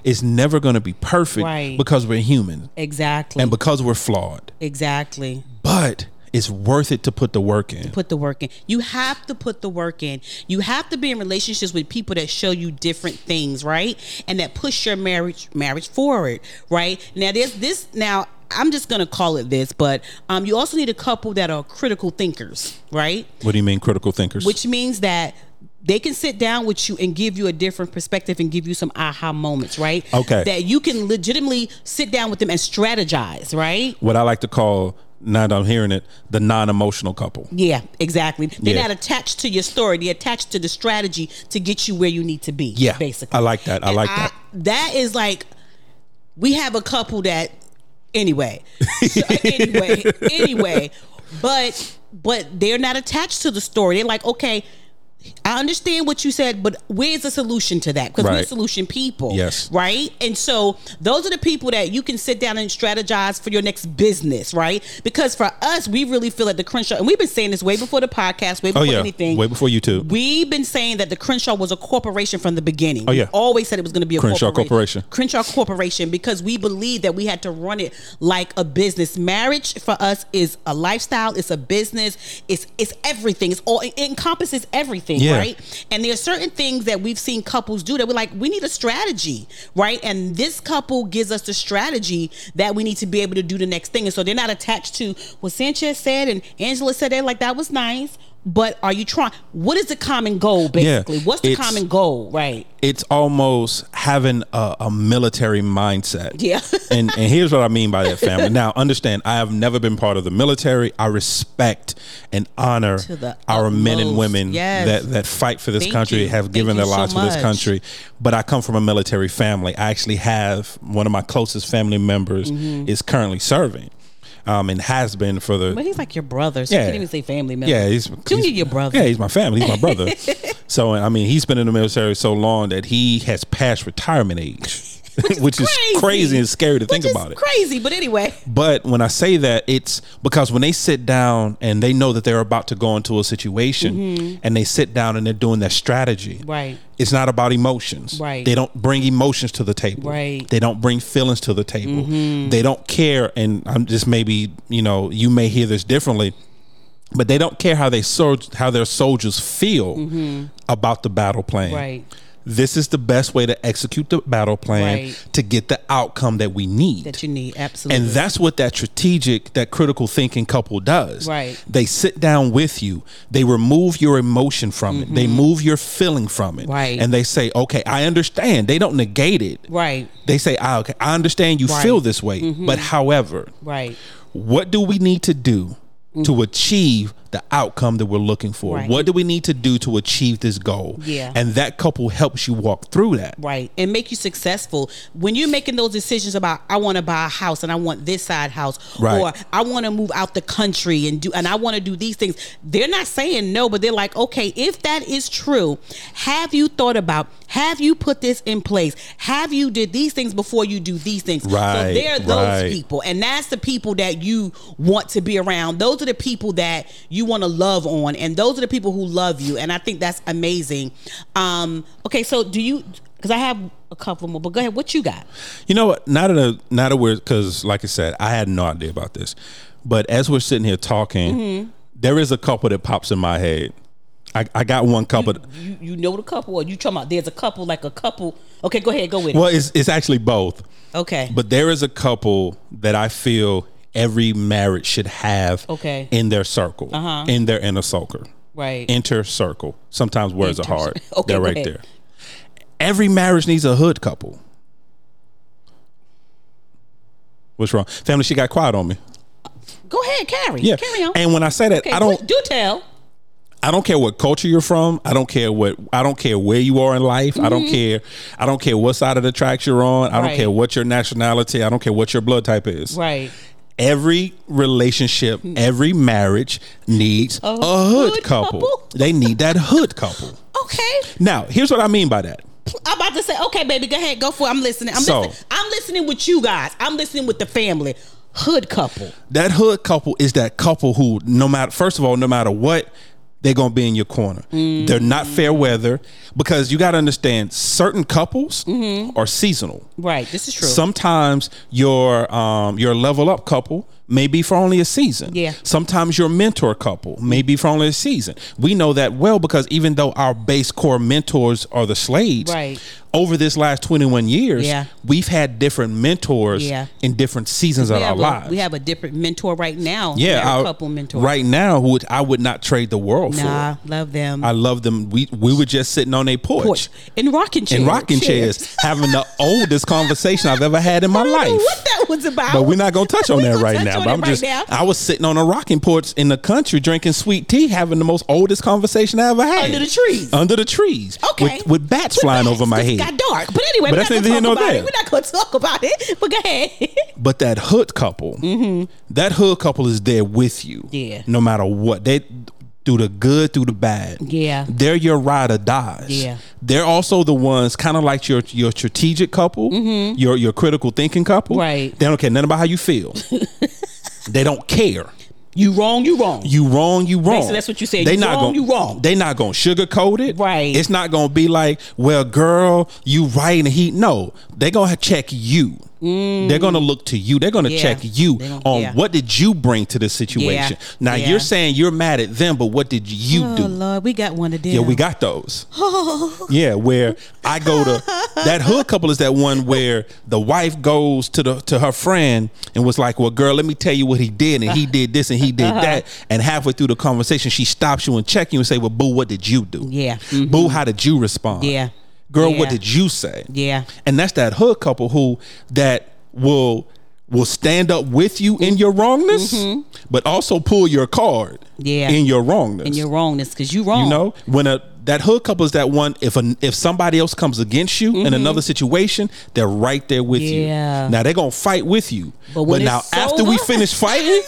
S1: It's never going to be perfect
S2: Right.
S1: because we're human
S2: Exactly,
S1: and because we're flawed.
S2: exactly.
S1: But it's worth it to put the work in.
S2: put the work in. You have to put the work in. You have to be in relationships with people that show you different things, right? And that push your marriage marriage forward, right? Now there's this now I'm just gonna call it this, but um, you also need a couple that are critical thinkers, right?
S1: What do you mean, critical thinkers?
S2: Which means that they can sit down with you and give you a different perspective and give you some aha moments, right?
S1: Okay.
S2: That you can legitimately sit down with them and strategize, right?
S1: what I like to call now that I'm hearing it, the non-emotional couple.
S2: Yeah, exactly. They're
S1: Yeah.
S2: not attached to your story. They're attached to the strategy to get you where you need to be.
S1: Yeah,
S2: basically.
S1: I like that. I like
S2: I-
S1: that.
S2: That is like we have a couple that anyway. So, anyway, anyway, but but they're not attached to the story. They're like, okay, I understand what you said, but where's the solution to that? Because we're
S1: Right.
S2: solution people.
S1: Yes.
S2: Right? And so those are the people that you can sit down and strategize for your next business, right? Because for us, we really feel that the Crenshaw, and we've been saying this way before the podcast, way
S1: Oh
S2: before
S1: yeah,
S2: anything.
S1: way before you two.
S2: We've been saying that the Crenshaw was a corporation from the beginning. Oh
S1: yeah.
S2: always said it was going to be a
S1: Crenshaw Corporation.
S2: Crenshaw Corporation because we believe that we had to run it like a business. Marriage for us is a lifestyle. It's a business. It's it's everything. It's all it encompasses everything,
S1: Yeah.
S2: right? And there are certain things that we've seen couples do that we're like, we need a strategy, right? And this couple gives us the strategy that we need to be able to do the next thing. And so they're not attached to what Sanchez said and Angela said. They're like, that was nice. But are you trying? What is the common goal, basically? What's the
S1: it's-
S2: common goal, right?
S1: it's almost having a, a military mindset.
S2: Yeah.
S1: and and here's what I mean by that, family. Now, understand, I have never been part of the military. I respect and honor
S2: the
S1: our men and
S2: utmost.
S1: women
S2: Yes.
S1: that that fight for this
S2: Thank
S1: country,
S2: you.
S1: have
S2: Thank
S1: given
S2: you
S1: their
S2: so
S1: lives for this
S2: much.
S1: country. But I come from a military family. I actually have one of my closest family members is currently serving, um, and has been for the
S2: Mm-hmm. But he's like your brother, so you
S1: Yeah.
S2: can't even say family member.
S1: yeah, he's
S2: Junior,
S1: he's-
S2: your brother.
S1: Yeah, he's my family. He's my brother. so I mean, he's been in the military so long that he has passed retirement age, which, is
S2: crazy.
S1: crazy. and scary to think
S2: Which is
S1: about it.
S2: Crazy, but anyway,
S1: But when I say that, it's because when they sit down and they know that they're about to go into a situation, and they sit down and they're doing their strategy.
S2: Mm-hmm. Right.
S1: It's not about emotions.
S2: Right.
S1: They don't bring emotions to the table.
S2: Right. Mm-hmm.
S1: They don't bring feelings to the table. They don't care. And I'm just maybe you know you may hear this differently but they don't care how they sol- how their soldiers feel about the battle plan.
S2: Mm-hmm. Right.
S1: This is the best way to execute the battle plan
S2: Right.
S1: to get the outcome that we need.
S2: that you need absolutely.
S1: and that's what that strategic, that critical thinking couple does.
S2: Right.
S1: They sit down with you. They remove your emotion from it. They move your feeling from it.
S2: Mm-hmm. Right.
S1: And they say, "Okay, I understand." They don't negate it.
S2: right,
S1: They say, "Ah, okay, I understand you
S2: Right. Mm-hmm.
S1: feel this way, but however,
S2: right,
S1: what do we need to do to achieve the outcome that we're looking for?
S2: Mm. Right.
S1: What do we need to do to achieve this goal?
S2: Yeah.
S1: And that couple helps you walk through that.
S2: right, and make you successful when you're making those decisions about I want to buy a house and I want this side house,
S1: Right.
S2: or I want to move out the country and do and I want to do these things. They're not saying no, but they're like, okay, if that is true, have you thought about? Have you put this in place? Have you did these things before you do these things? So
S1: Right,
S2: they're those
S1: right.
S2: people. people. and that's the people that you want to be around those are the people that you want to love on and those are the people who love you and i think that's amazing um okay so do you because i have a couple more but go ahead what you got
S1: You know what? Not in a not a weird because, like I said, I had no idea about this. But as we're sitting here talking,
S2: Mm-hmm.
S1: there is a couple that pops in my head. I, I got one couple.
S2: you you know the couple or you talking about there's a couple like a couple okay go ahead go with
S1: well, it's it's actually both.
S2: it okay
S1: But there is a couple that I feel every marriage should have
S2: Okay. Uh-huh.
S1: in their circle, in their inner circle.
S2: right
S1: Enter circle. Sometimes words
S2: Enter
S1: are hard.
S2: cir- Okay,
S1: They're
S2: go
S1: right
S2: ahead.
S1: there. Every marriage needs a hood couple. What's wrong? Family, she got quiet on me.
S2: go ahead carry
S1: Yeah.
S2: carry on
S1: And when I say that,
S2: okay
S1: I don't
S2: do tell
S1: I don't care what culture you're from. I don't care what I don't care where you are in life. I don't care I don't care what side of the tracks you're on. I don't
S2: Mm-hmm. Right.
S1: care what your nationality. I don't care what your blood type is.
S2: right Hmm.
S1: Every relationship, every marriage needs a, hood,
S2: hood
S1: couple.
S2: couple?
S1: They need that hood couple.
S2: okay
S1: Now, here's what I mean by that.
S2: I'm about to say, okay, baby, go ahead, go for it. I'm listening. I'm
S1: So-
S2: listening. I'm listening with you guys. I'm listening with the family. Hood couple.
S1: that hood couple is that couple who no matter first of all no matter what they're gonna be in your corner
S2: Mm-hmm.
S1: they're not fair weather because you gotta understand certain couples are seasonal
S2: Right. This is Mm-hmm. true.
S1: sometimes your um your level up couple may be for only a season
S2: Yeah.
S1: sometimes your mentor couple may be for only a season we know that well because even though our base core mentors are the slaves
S2: Right.
S1: over this last 21 years
S2: Yeah.
S1: we've had different mentors
S2: Yeah.
S1: in different seasons
S2: we
S1: of our
S2: have,
S1: lives
S2: a, we have a different mentor right now.
S1: yeah,
S2: Married
S1: I-
S2: couple mentor.
S1: Right now, who would I would not trade the world
S2: Nah,
S1: for.
S2: love them.
S1: I love them. We we were just sitting on a porch,
S2: Porch. In rocking chairs.
S1: in rocking chairs, having the oldest conversation I've ever had in my
S2: I don't know
S1: life.
S2: what that was about.
S1: But we're not gonna touch on
S2: We
S1: that
S2: gonna
S1: right
S2: touch
S1: now,
S2: on
S1: but
S2: it
S1: I'm
S2: right
S1: just
S2: now.
S1: I was sitting on a rocking porch in the country drinking sweet tea, having the most oldest conversation I ever had
S2: Under the trees.
S1: Under the trees,
S2: Okay.
S1: with, with bats
S2: With
S1: flying
S2: bats,
S1: over my
S2: 'cause
S1: head.
S2: It got dark. But anyway,
S1: But
S2: we're
S1: that's
S2: not going
S1: neither
S2: to
S1: here
S2: talk
S1: nor
S2: about
S1: there.
S2: it. We're not going to talk about it. But go ahead.
S1: But that hood couple, that hood couple is there with you.
S2: Mm-hmm. Yeah.
S1: No matter what. They through the good, through the bad.
S2: Yeah.
S1: They're your ride or dies.
S2: Yeah.
S1: They're also the ones kind of like your your strategic couple, your your critical thinking couple.
S2: Mm-hmm. Right.
S1: They don't care nothing about how you feel. they don't care.
S2: you wrong, you wrong.
S1: You wrong, you wrong.
S2: Basically, that's what you said. You wrong,
S1: gonna,
S2: you wrong.
S1: They not gonna sugarcoat it.
S2: Right.
S1: It's not gonna be like, well, girl, you right and he no. They gonna check you. They're gonna look to you. They're gonna
S2: Mm. Yeah.
S1: check you
S2: They gonna-
S1: on
S2: yeah.
S1: what did you bring to the situation.
S2: Yeah.
S1: Now
S2: Yeah.
S1: you're saying you're mad at them, but what did you
S2: oh,
S1: do?
S2: Lord, we got one of them.
S1: Yeah, we got those.
S2: Oh.
S1: yeah, where I go to that hood couple is that one where the wife goes to the to her friend and was like, "Well, girl, let me tell you what he did, and he did this, and he did that."
S2: Uh-huh.
S1: And halfway through the conversation, she stops you and check you and say, "Well, boo, what did you do?
S2: Yeah. Mm-hmm.
S1: boo, how did you respond?
S2: Yeah.
S1: girl, what
S2: Yeah.
S1: did you say?
S2: Yeah.
S1: and that's that hood couple who that will will stand up with you in your wrongness, but also pull your card.
S2: Mm-hmm. Yeah.
S1: in your wrongness.
S2: And you're wrongness because you wrong.
S1: You know, when a that hood couple is that one. If a, if somebody else comes against you in another situation, they're right there with
S2: Mm-hmm. Yeah.
S1: you. Now they're gonna fight with you. But,
S2: But when
S1: now
S2: it's
S1: after we
S2: over-
S1: finish fighting,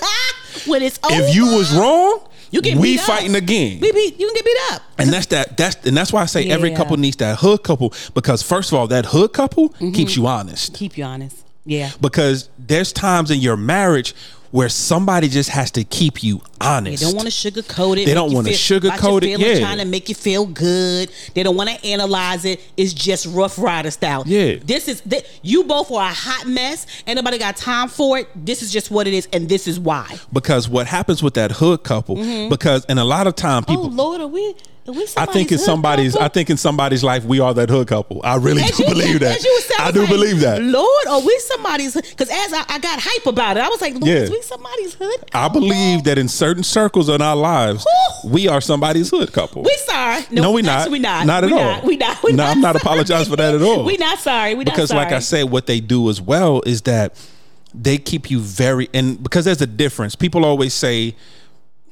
S2: when it's over,
S1: if you was wrong,
S2: you get
S1: we
S2: beat up.
S1: fighting again.
S2: We beat, you can get beat up.
S1: and that's that. That's and that's why I say every
S2: Yeah.
S1: couple needs that hood couple because first of all, that hood couple
S2: Mm-hmm.
S1: keeps you honest
S2: Keep you honest. Yeah.
S1: because there's times in your marriage where somebody just has to keep you honest.
S2: They don't want to sugarcoat it.
S1: They don't wanna
S2: to
S1: sugarcoat it, yeah.
S2: Trying to make you feel good. They don't want to analyze it. It's just rough rider style.
S1: Yeah.
S2: This is th- you both are a hot mess. Ain't nobody got time for it. This is just what it is, and this is why.
S1: because what happens with that hood couple because and a lot of time people
S2: Mm-hmm. Oh Lord, are we? Are we?
S1: I think in somebody's I think in somebody's life we are that hood couple. I really do believe that. I do believe that.
S2: Lord, are we somebody's? Because as I, I got hype about it, I was like, Lord,
S1: Yeah.
S2: is we somebody's hood?
S1: I believe that in certain circles in our lives
S2: Whew.
S1: we are somebody's hood couple.
S2: We sorry.
S1: no, we're not.
S2: actually We not.
S1: Not at
S2: we
S1: all.
S2: Not. We not. We
S1: no, I'm not
S2: sorry.
S1: apologizing for that at all.
S2: We not sorry. We
S1: because
S2: not sorry.
S1: like I said, what they do as well is that they keep you very and because there's a difference. People always say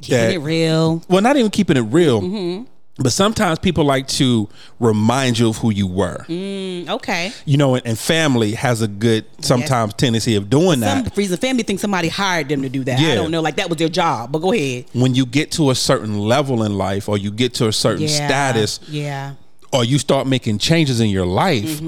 S2: Keeping
S1: that
S2: it real. Mm-hmm.
S1: well, not even keeping it real. But sometimes people like to remind you of who you were.
S2: Mm, okay.
S1: You know, and, and family has a good sometimes tendency of doing that.
S2: Some reason family thinks somebody hired them to do that.
S1: Yeah.
S2: I don't know. Like that was their job. But go ahead.
S1: when you get to a certain level in life or you get to a certain status
S2: Yeah.
S1: or you start making changes in your life,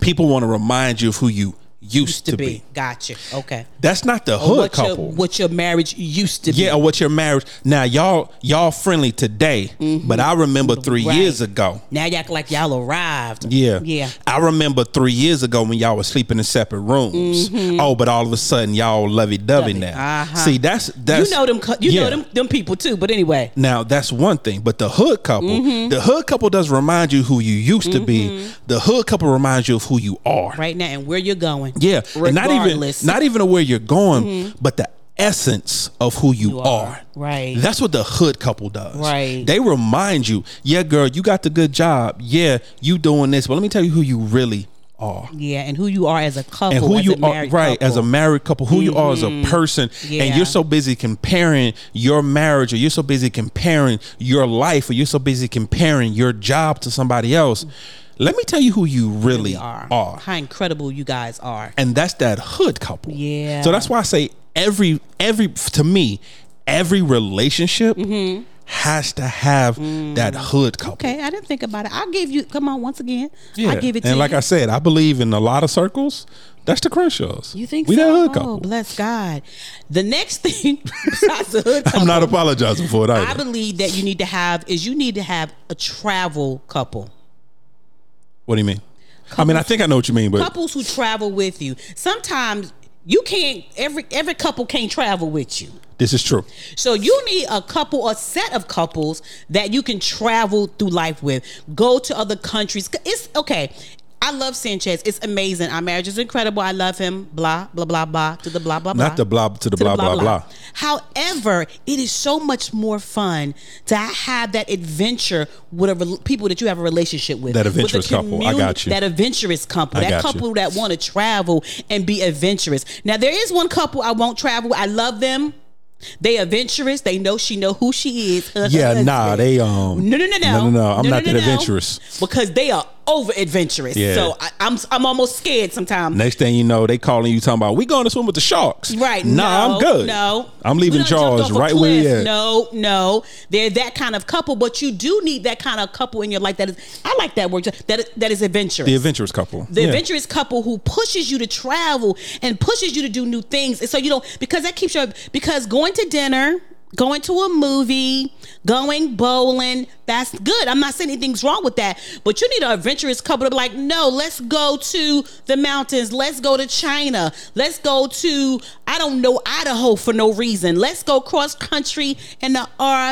S1: people want to remind you of who you used,
S2: Mm-hmm. To, be. Gotcha. Okay.
S1: That's not the
S2: Or
S1: hood
S2: what
S1: couple.
S2: Your, what your marriage used to be.
S1: yeah, or what your marriage. Now y'all y'all friendly today, but I remember 3
S2: Mm-hmm. Right.
S1: years ago.
S2: Now you act like y'all arrived.
S1: Yeah.
S2: Yeah.
S1: I remember three years ago when y'all were sleeping in separate rooms. Oh, but all of a sudden y'all lovey dovey
S2: Mm-hmm. Lovey.
S1: now.
S2: Uh-huh.
S1: See, that's that's
S2: you know them. cu- You
S1: Yeah.
S2: know them. Them people too. But anyway.
S1: Now that's one thing, but the hood couple,
S2: Mm-hmm.
S1: the hood couple does remind you who you used to be. The hood couple reminds you of who you are.
S2: Right now, and where you're going.
S1: Yeah, and not even
S2: Regardless. Mm-hmm.
S1: not even of where you're going, but the essence of who you, are.
S2: are. Right.
S1: That's what the hood couple does.
S2: Right.
S1: They remind you, yeah, girl, you got the good job. Yeah, you doing this, but let me tell you who you really are.
S2: Yeah, and who you are as a
S1: And
S2: couple.
S1: who
S2: as
S1: you
S2: a
S1: are,
S2: married
S1: right? As a
S2: couple. Mm-hmm.
S1: married couple, who you are as a person, and
S2: Yeah.
S1: you're so busy comparing your marriage, or you're so busy comparing your life, or you're so busy comparing your job to somebody else. Let me tell you who you really,
S2: You
S1: are.
S2: are. How incredible you guys are.
S1: and that's that hood couple.
S2: Yeah.
S1: So that's why I say every every to me every relationship has to have that hood couple.
S2: Mm-hmm. Mm. Okay, I didn't think about it. I gave you. Come on, once again.
S1: Yeah.
S2: I give it to
S1: and
S2: you.
S1: like I said, I believe in a lot of circles. That's the Crenshaws.
S2: You think
S1: we
S2: so?
S1: that hood
S2: oh,
S1: couple?
S2: bless God. The next thing besides the hood couple,
S1: I'm not apologizing for it
S2: I
S1: either.
S2: believe that you need to have is you need to have a travel couple.
S1: What do you mean? I mean, I think I know what you mean, but
S2: Couples who travel with you. Sometimes you can't every every couple can't travel with you.
S1: this is true.
S2: So you need a couple, a set of couples that you can travel through life with, go to other countries. It's okay. I love Sanchez. It's amazing. Our marriage is incredible. I love him. Blah blah blah blah to the blah blah blah.
S1: Not the blah to the blah blah blah.
S2: However, it is so much more fun to have that adventure with a rel people that you have a relationship with.
S1: That
S2: with a
S1: adventurous couple. I got you.
S2: That adventurous couple.
S1: I
S2: that
S1: got you.
S2: couple that want to travel and be adventurous. Now there is one couple I won't travel. with. I love them. They adventurous. They know she know who she is. Her
S1: Yeah, nah,
S2: husband.
S1: they um.
S2: No, no, no, no,
S1: no, no. I'm not
S2: no,
S1: that
S2: no, no.
S1: adventurous.
S2: because they are over adventurous.
S1: Yeah.
S2: So I, I'm I'm almost scared sometimes.
S1: Next thing you know, they calling you talking about we going to swim with the sharks.
S2: Right?
S1: Nah,
S2: no,
S1: I'm good.
S2: No,
S1: I'm
S2: We
S1: leaving
S2: done jumped
S1: Charles
S2: off a
S1: right where he
S2: cliff.
S1: at.
S2: No, no, they're that kind of couple. But you do need that kind of couple in your life. That is, I like that word. That is- that is adventurous.
S1: The adventurous couple.
S2: the
S1: Yeah.
S2: adventurous couple who pushes you to travel and pushes you to do new things. And so you don't because that keeps your because going to dinner, going to a movie, going bowling, that's good. I'm not saying anything's wrong with that. But you need an adventurous couple to be like, no, let's go to the mountains. Let's go to China. Let's go to I don't know Idaho for no reason. Let's go cross country in the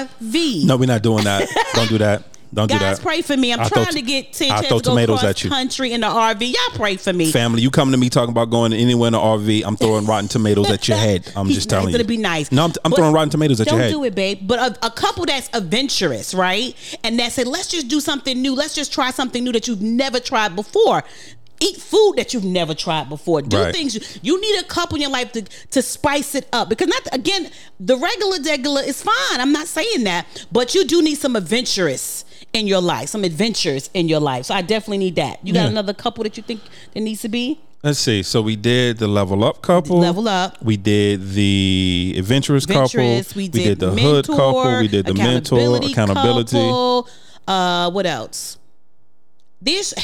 S2: RV.
S1: No, we're not doing that. Don't do that. Don't do
S2: Guys,
S1: that.
S2: pray for me. I'm
S1: I throw
S2: trying
S1: t-
S2: to get
S1: I
S2: Sanchez
S1: throw
S2: to go
S1: tomatoes
S2: cross
S1: at you.
S2: country in the RV. Y'all pray for me.
S1: Family, you come to me talking about going anywhere in the RV. I'm throwing rotten tomatoes at your head. I'm
S2: He's
S1: just
S2: nice.
S1: telling you.
S2: It'll be nice.
S1: No, I'm, I'm
S2: But
S1: throwing rotten tomatoes at
S2: Don't
S1: your head.
S2: do it, babe. But a, a couple that's adventurous, right? And that said, let's just do something new. Let's just try something new that you've never tried before. Eat food that you've never tried before. Do
S1: Right.
S2: things you, you need a couple in your life to to spice it up because not again the regular degular is fine. I'm not saying that, but you do need some adventurous in your life, some adventures in your life. So I definitely need that. You got
S1: Yeah.
S2: another couple that you think that needs to be?
S1: Let's see. So we did the level up couple.
S2: Level Up.
S1: We did the adventurous,
S2: adventurous.
S1: couple.
S2: We did,
S1: the
S2: mentor,
S1: hood couple. We did the mentor
S2: accountability
S1: accountability.
S2: Couple, uh, what else? There's,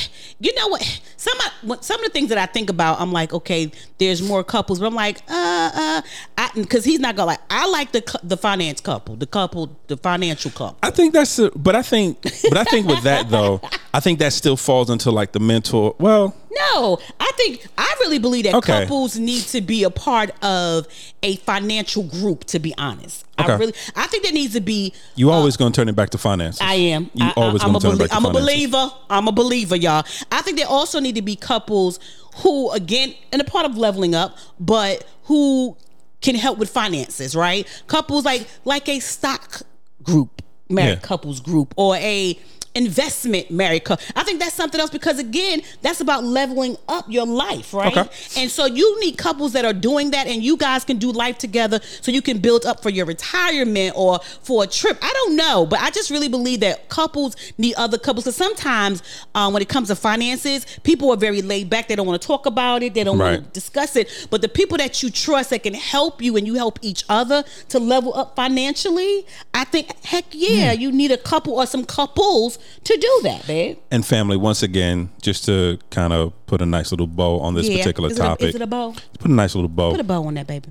S2: you know what? Some of- what- some of the things that I think about, I'm like, okay, there's more couples, but I'm like, uh, uh, I because he's not gonna like. I like the cou- the finance couple, the couple, the financial couple.
S1: I think that's a, but I think but I think with that though, I think that still falls into like the mentor. Well,
S2: No, I think I really believe that
S1: Okay.
S2: couples need to be a part of a financial group. To be honest, I
S1: Okay.
S2: really, I think there needs to be
S1: you always going to turn it back to finance.
S2: Uh, I am.
S1: You
S2: I,
S1: always
S2: I, am
S1: going
S2: a
S1: to turn it back to
S2: I'm a
S1: finances.
S2: believer. I'm a believer, y'all. I think there also need to be couples who, again, and a part of leveling up, but who can help with finances, right? Couples like like a stock group, married
S1: Yeah.
S2: couples group, or a investment married couple. I think that's something else because again, that's about leveling up your life, right?
S1: Okay.
S2: And so you need couples that are doing that, and you guys can do life together so you can build up for your retirement or for a trip. I don't know, but I just really believe that couples need other couples because sometimes um, when it comes to finances, people are very laid back. They don't want to talk about it, they don't want to
S1: Right.
S2: discuss it. But the people that you trust that can help you and you help each other to level up financially, I think, heck
S1: Hmm.
S2: yeah, you need a couple or some couples to do that, babe.
S1: and family once again just to kind of put a nice little bow on this
S2: yeah.
S1: particular
S2: is
S1: topic
S2: It a, is it a bow?
S1: put a nice little bow
S2: Put a bow on that, baby.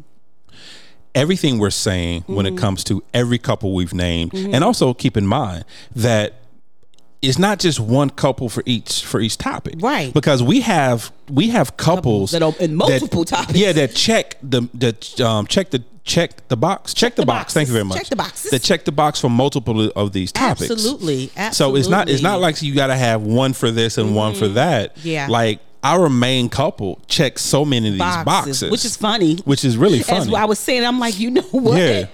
S1: everything we're saying when
S2: Mm-hmm.
S1: it comes to every couple we've named and also keep in mind that it's not just one couple for each for each topic
S2: Right.
S1: because we have we have couples,
S2: that are in multiple topics.
S1: yeah that check the the um check the check the box check, the,
S2: the
S1: box thank you very
S2: boxes.
S1: much
S2: Check the boxes.
S1: that check the box for multiple of these topics
S2: Absolutely. Absolutely. Mm-hmm.
S1: so it's not it's not like you got to have one for this and one for that.
S2: Yeah.
S1: Like our main couple checks so many of these boxes,
S2: which is funny.
S1: which is really
S2: That's
S1: funny.
S2: what I was saying. I'm like, you know what?
S1: Yeah.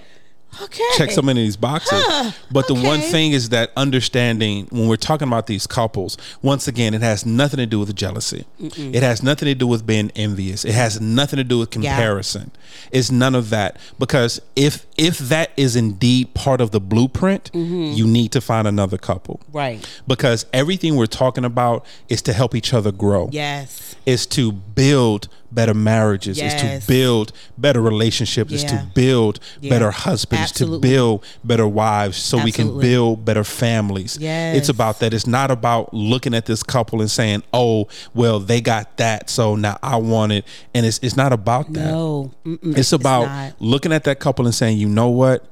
S2: Okay.
S1: Check so many of these boxes.
S2: Huh,
S1: but the one
S2: okay.
S1: thing is that understanding when we're talking about these couples, once again, it has nothing to do with jealousy. It has nothing to do with being envious. It has nothing to do with comparison. It's none of that. Because if if that is indeed part of the blueprint, you need to find another couple.
S2: Mm-hmm. Right.
S1: because everything we're talking about is to help each other grow.
S2: Yes.
S1: Is to build better marriages, is
S2: Yes.
S1: to build better relationships, is
S2: Yeah.
S1: to build
S2: Yeah.
S1: better husbands,
S2: Absolutely.
S1: to build better wives so we
S2: Absolutely.
S1: can build better families.
S2: Yes.
S1: It's about that. It's not about looking at this couple and saying, "Oh, well, they got that, so now I want it." And it's it's not about that.
S2: No. Mm-mm.
S1: It's about
S2: not.
S1: looking at that couple and saying, "You know what?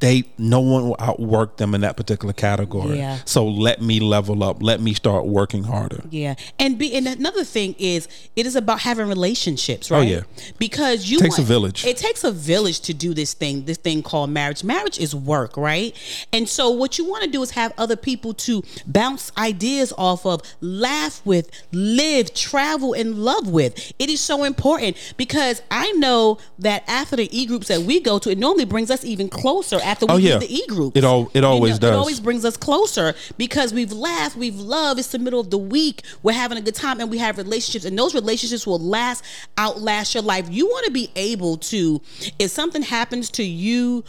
S1: they no one will outwork them in that particular category.
S2: Yeah.
S1: So let me level up. Let me start working harder.
S2: Yeah, and be and another thing is it is about having relationships, right?
S1: Oh, yeah.
S2: because you
S1: Takes a
S2: want-
S1: village.
S2: It takes a village to do this thing, this thing called marriage. Marriage is work, right? And so what you want to do is have other people to bounce ideas off of, laugh with, live, travel, and love with. It is so important because I know that after the e groups that we go to, it normally brings us even closer after we
S1: Oh, yeah.
S2: leave the e group.
S1: It al- it always
S2: It
S1: does.
S2: always brings us closer because we've laughed, we've loved. It's the middle of the week. We're having a good time, and we have relationships, and those relationships will last, outlast your life. You want to be able to, if something happens to you.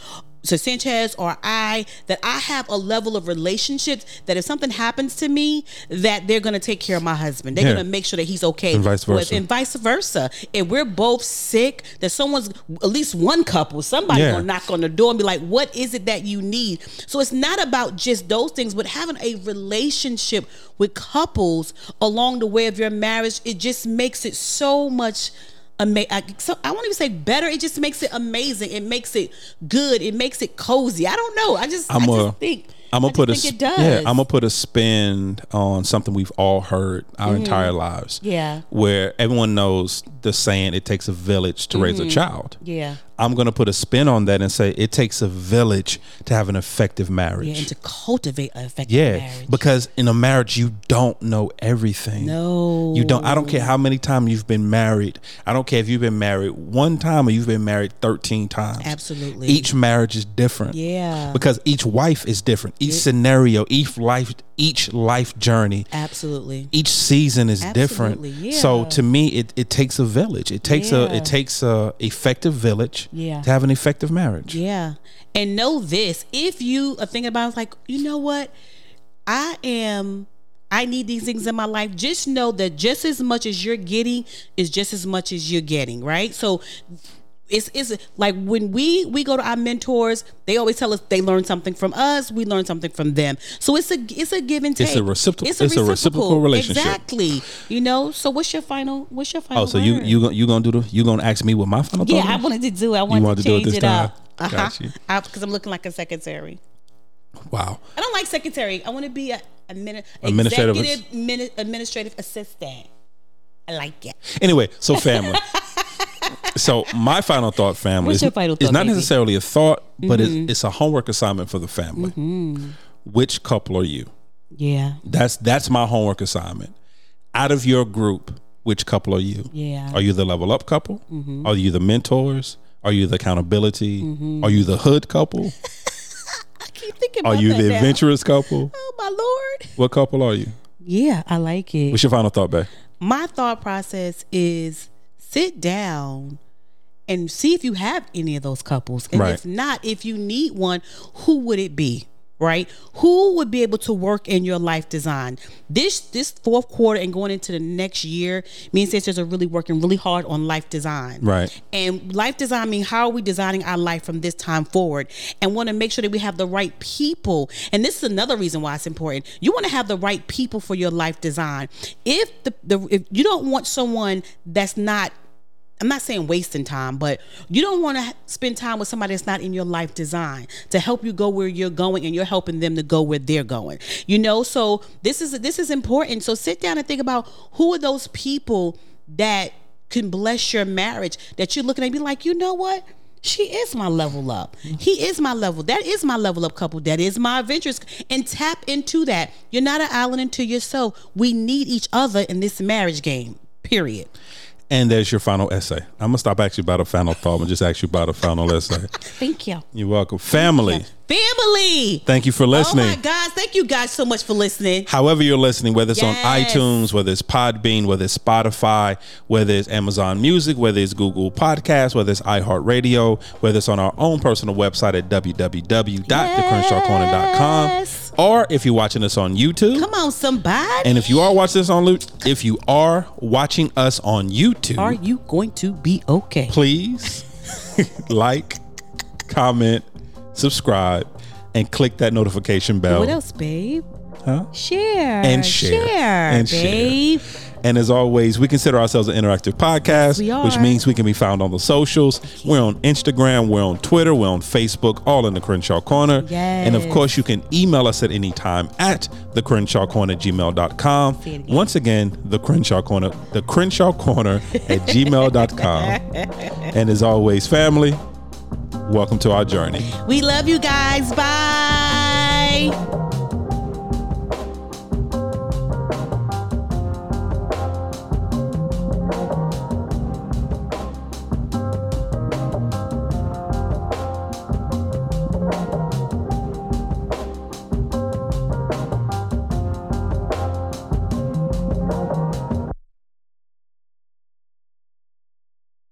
S2: To Sanchez or I, that I have a level of relationships that if something happens to me, that they're gonna take care of my husband. They're
S1: Yeah.
S2: gonna make sure that he's okay.
S1: And vice
S2: With-
S1: versa.
S2: And vice versa. If we're both sick, that someone's at least one couple, somebody
S1: Yeah.
S2: gonna knock knock on the door and be like, what is it that you need? So it's not about just those things, but having a relationship with couples along the way of your marriage, it just makes it so much. Ama- I, so I won't even say better. It just makes it amazing. It makes it good. It makes it cozy. I don't know. I just, i
S1: I'm
S2: just
S1: a-
S2: think.
S1: I'm
S2: I
S1: gonna
S2: just
S1: put a
S2: think
S1: sp-
S2: it does.
S1: yeah. I'm gonna put a spin on something we've all heard our entire lives.
S2: Mm-hmm. Yeah.
S1: where everyone knows the saying "it takes a village to raise a child."
S2: Mm-hmm. yeah.
S1: I'm gonna put a spin on that and say it takes a village to have an effective marriage.
S2: Yeah, and to cultivate an effective
S1: Yeah,
S2: marriage.
S1: because in a marriage you don't know everything.
S2: No.
S1: You don't I don't care how many times you've been married. I don't care if you've been married one time or you've been married 13 times.
S2: Absolutely.
S1: Each marriage is different.
S2: Yeah.
S1: Because each wife is different. Each scenario, each life each life journey
S2: Absolutely.
S1: each season is different.
S2: Absolutely,
S1: So
S2: yeah.
S1: to me, it, it takes a village. It takes a
S2: Yeah.
S1: it takes a effective village
S2: Yeah.
S1: to have an effective marriage.
S2: Yeah. And know this if you are thinking about it, like, you know what? I am, I need these things in my life. Just know that just as much as you're getting is just as much as you're getting, right? So, it's, it's like when we we go to our mentors they always tell us they learn something from us we learn something from them so it's a it's a give and take
S1: It's a reciprocal- it's a reciprocal relationship.
S2: exactly you know so what's your final what's your final
S1: Oh, so you
S2: word?
S1: you gon- you gonna do the you gonna ask me what my final
S2: Yeah,
S1: thought
S2: I
S1: was?
S2: wanted to do. it. I wanted,
S1: wanted
S2: to,
S1: to do it
S2: change
S1: this
S2: it, up.
S1: time?
S2: Uh-huh.
S1: Got you.
S2: Because I'm looking like a secretary.
S1: Wow.
S2: I don't like secretary. I want to be a, a mini,
S1: Administrative ass-
S2: executive mini, administrative assistant. I like it.
S1: Anyway, so family. so my final thought, family,
S2: What's
S1: is,
S2: your final
S1: is
S2: thought,
S1: not
S2: baby? Mm-hmm.
S1: necessarily a thought, but it's, it's a homework assignment for the family. Which couple are you?
S2: Yeah,
S1: That's that's my homework assignment. Out of your group, which couple are you?
S2: yeah, Mm-hmm.
S1: Are you the level up couple? Are you the mentors? Are you the accountability? Are you the hood couple?
S2: I keep thinking
S1: Are
S2: about
S1: you
S2: that
S1: the
S2: now.
S1: adventurous couple?
S2: Oh my lord.
S1: What couple are you?
S2: Yeah, I like it.
S1: What's your final thought, babe?
S2: my thought process is sit down and see if you have any of those couples and
S1: Right.
S2: if not if you need one who would it be right who would be able to work in your life design this this fourth quarter and going into the next year me and sisters are really working really hard on life design
S1: Right.
S2: and life design mean how are we designing our life from this time forward and want to make sure that we have the right people and this is another reason why it's important you want to have the right people for your life design if the, the if you don't want someone that's not I'm not saying wasting time, but you don't want to spend time with somebody that's not in your life design to help you go where you're going, and you're helping them to go where they're going. You know, so this is this is important. So sit down and think about who are those people that can bless your marriage that you're looking at. and Be like, you know what? She is my level up. He is my level. That is my level up couple. That is my adventurous. And tap into that. You're not an island unto yourself. We need each other in this marriage game. Period.
S1: And there's your final essay. I'm gonna stop asking you about a final thought and just ask you about a final essay.
S2: Thank you.
S1: You're welcome. Family,
S2: Family.
S1: thank you for listening.
S2: Oh my gosh, thank you guys so much for listening.
S1: However, you're listening, whether it's
S2: Yes.
S1: on iTunes, whether it's Podbean, whether it's Spotify, whether it's Amazon Music, whether it's Google Podcasts, whether it's iHeartRadio, whether it's on our own personal website at www.thecrenshawcorner.com,
S2: Yes.
S1: or if you're watching us on YouTube.
S2: Come on, somebody.
S1: and if you are watching this on Loot, if you are watching us on YouTube,
S2: Are you going to be okay?
S1: please like, comment, subscribe, and click that notification bell.
S2: What else, babe?
S1: Huh?
S2: Share.
S1: And share.
S2: Share,
S1: And share.
S2: babe.
S1: And as always, we consider ourselves an interactive podcast,
S2: we
S1: which
S2: are.
S1: means we can be found on the socials. We're on Instagram, we're on Twitter, we're on Facebook, all in the Crenshaw Corner. And of
S2: Yes.
S1: course, you can email us at any time at the Crenshaw Corner at
S2: it
S1: gmail.com.
S2: again.
S1: Once again, the Crenshaw Corner, the Crenshaw Corner at gmail.com. And as always, family, welcome to our journey.
S2: We love you guys. Bye.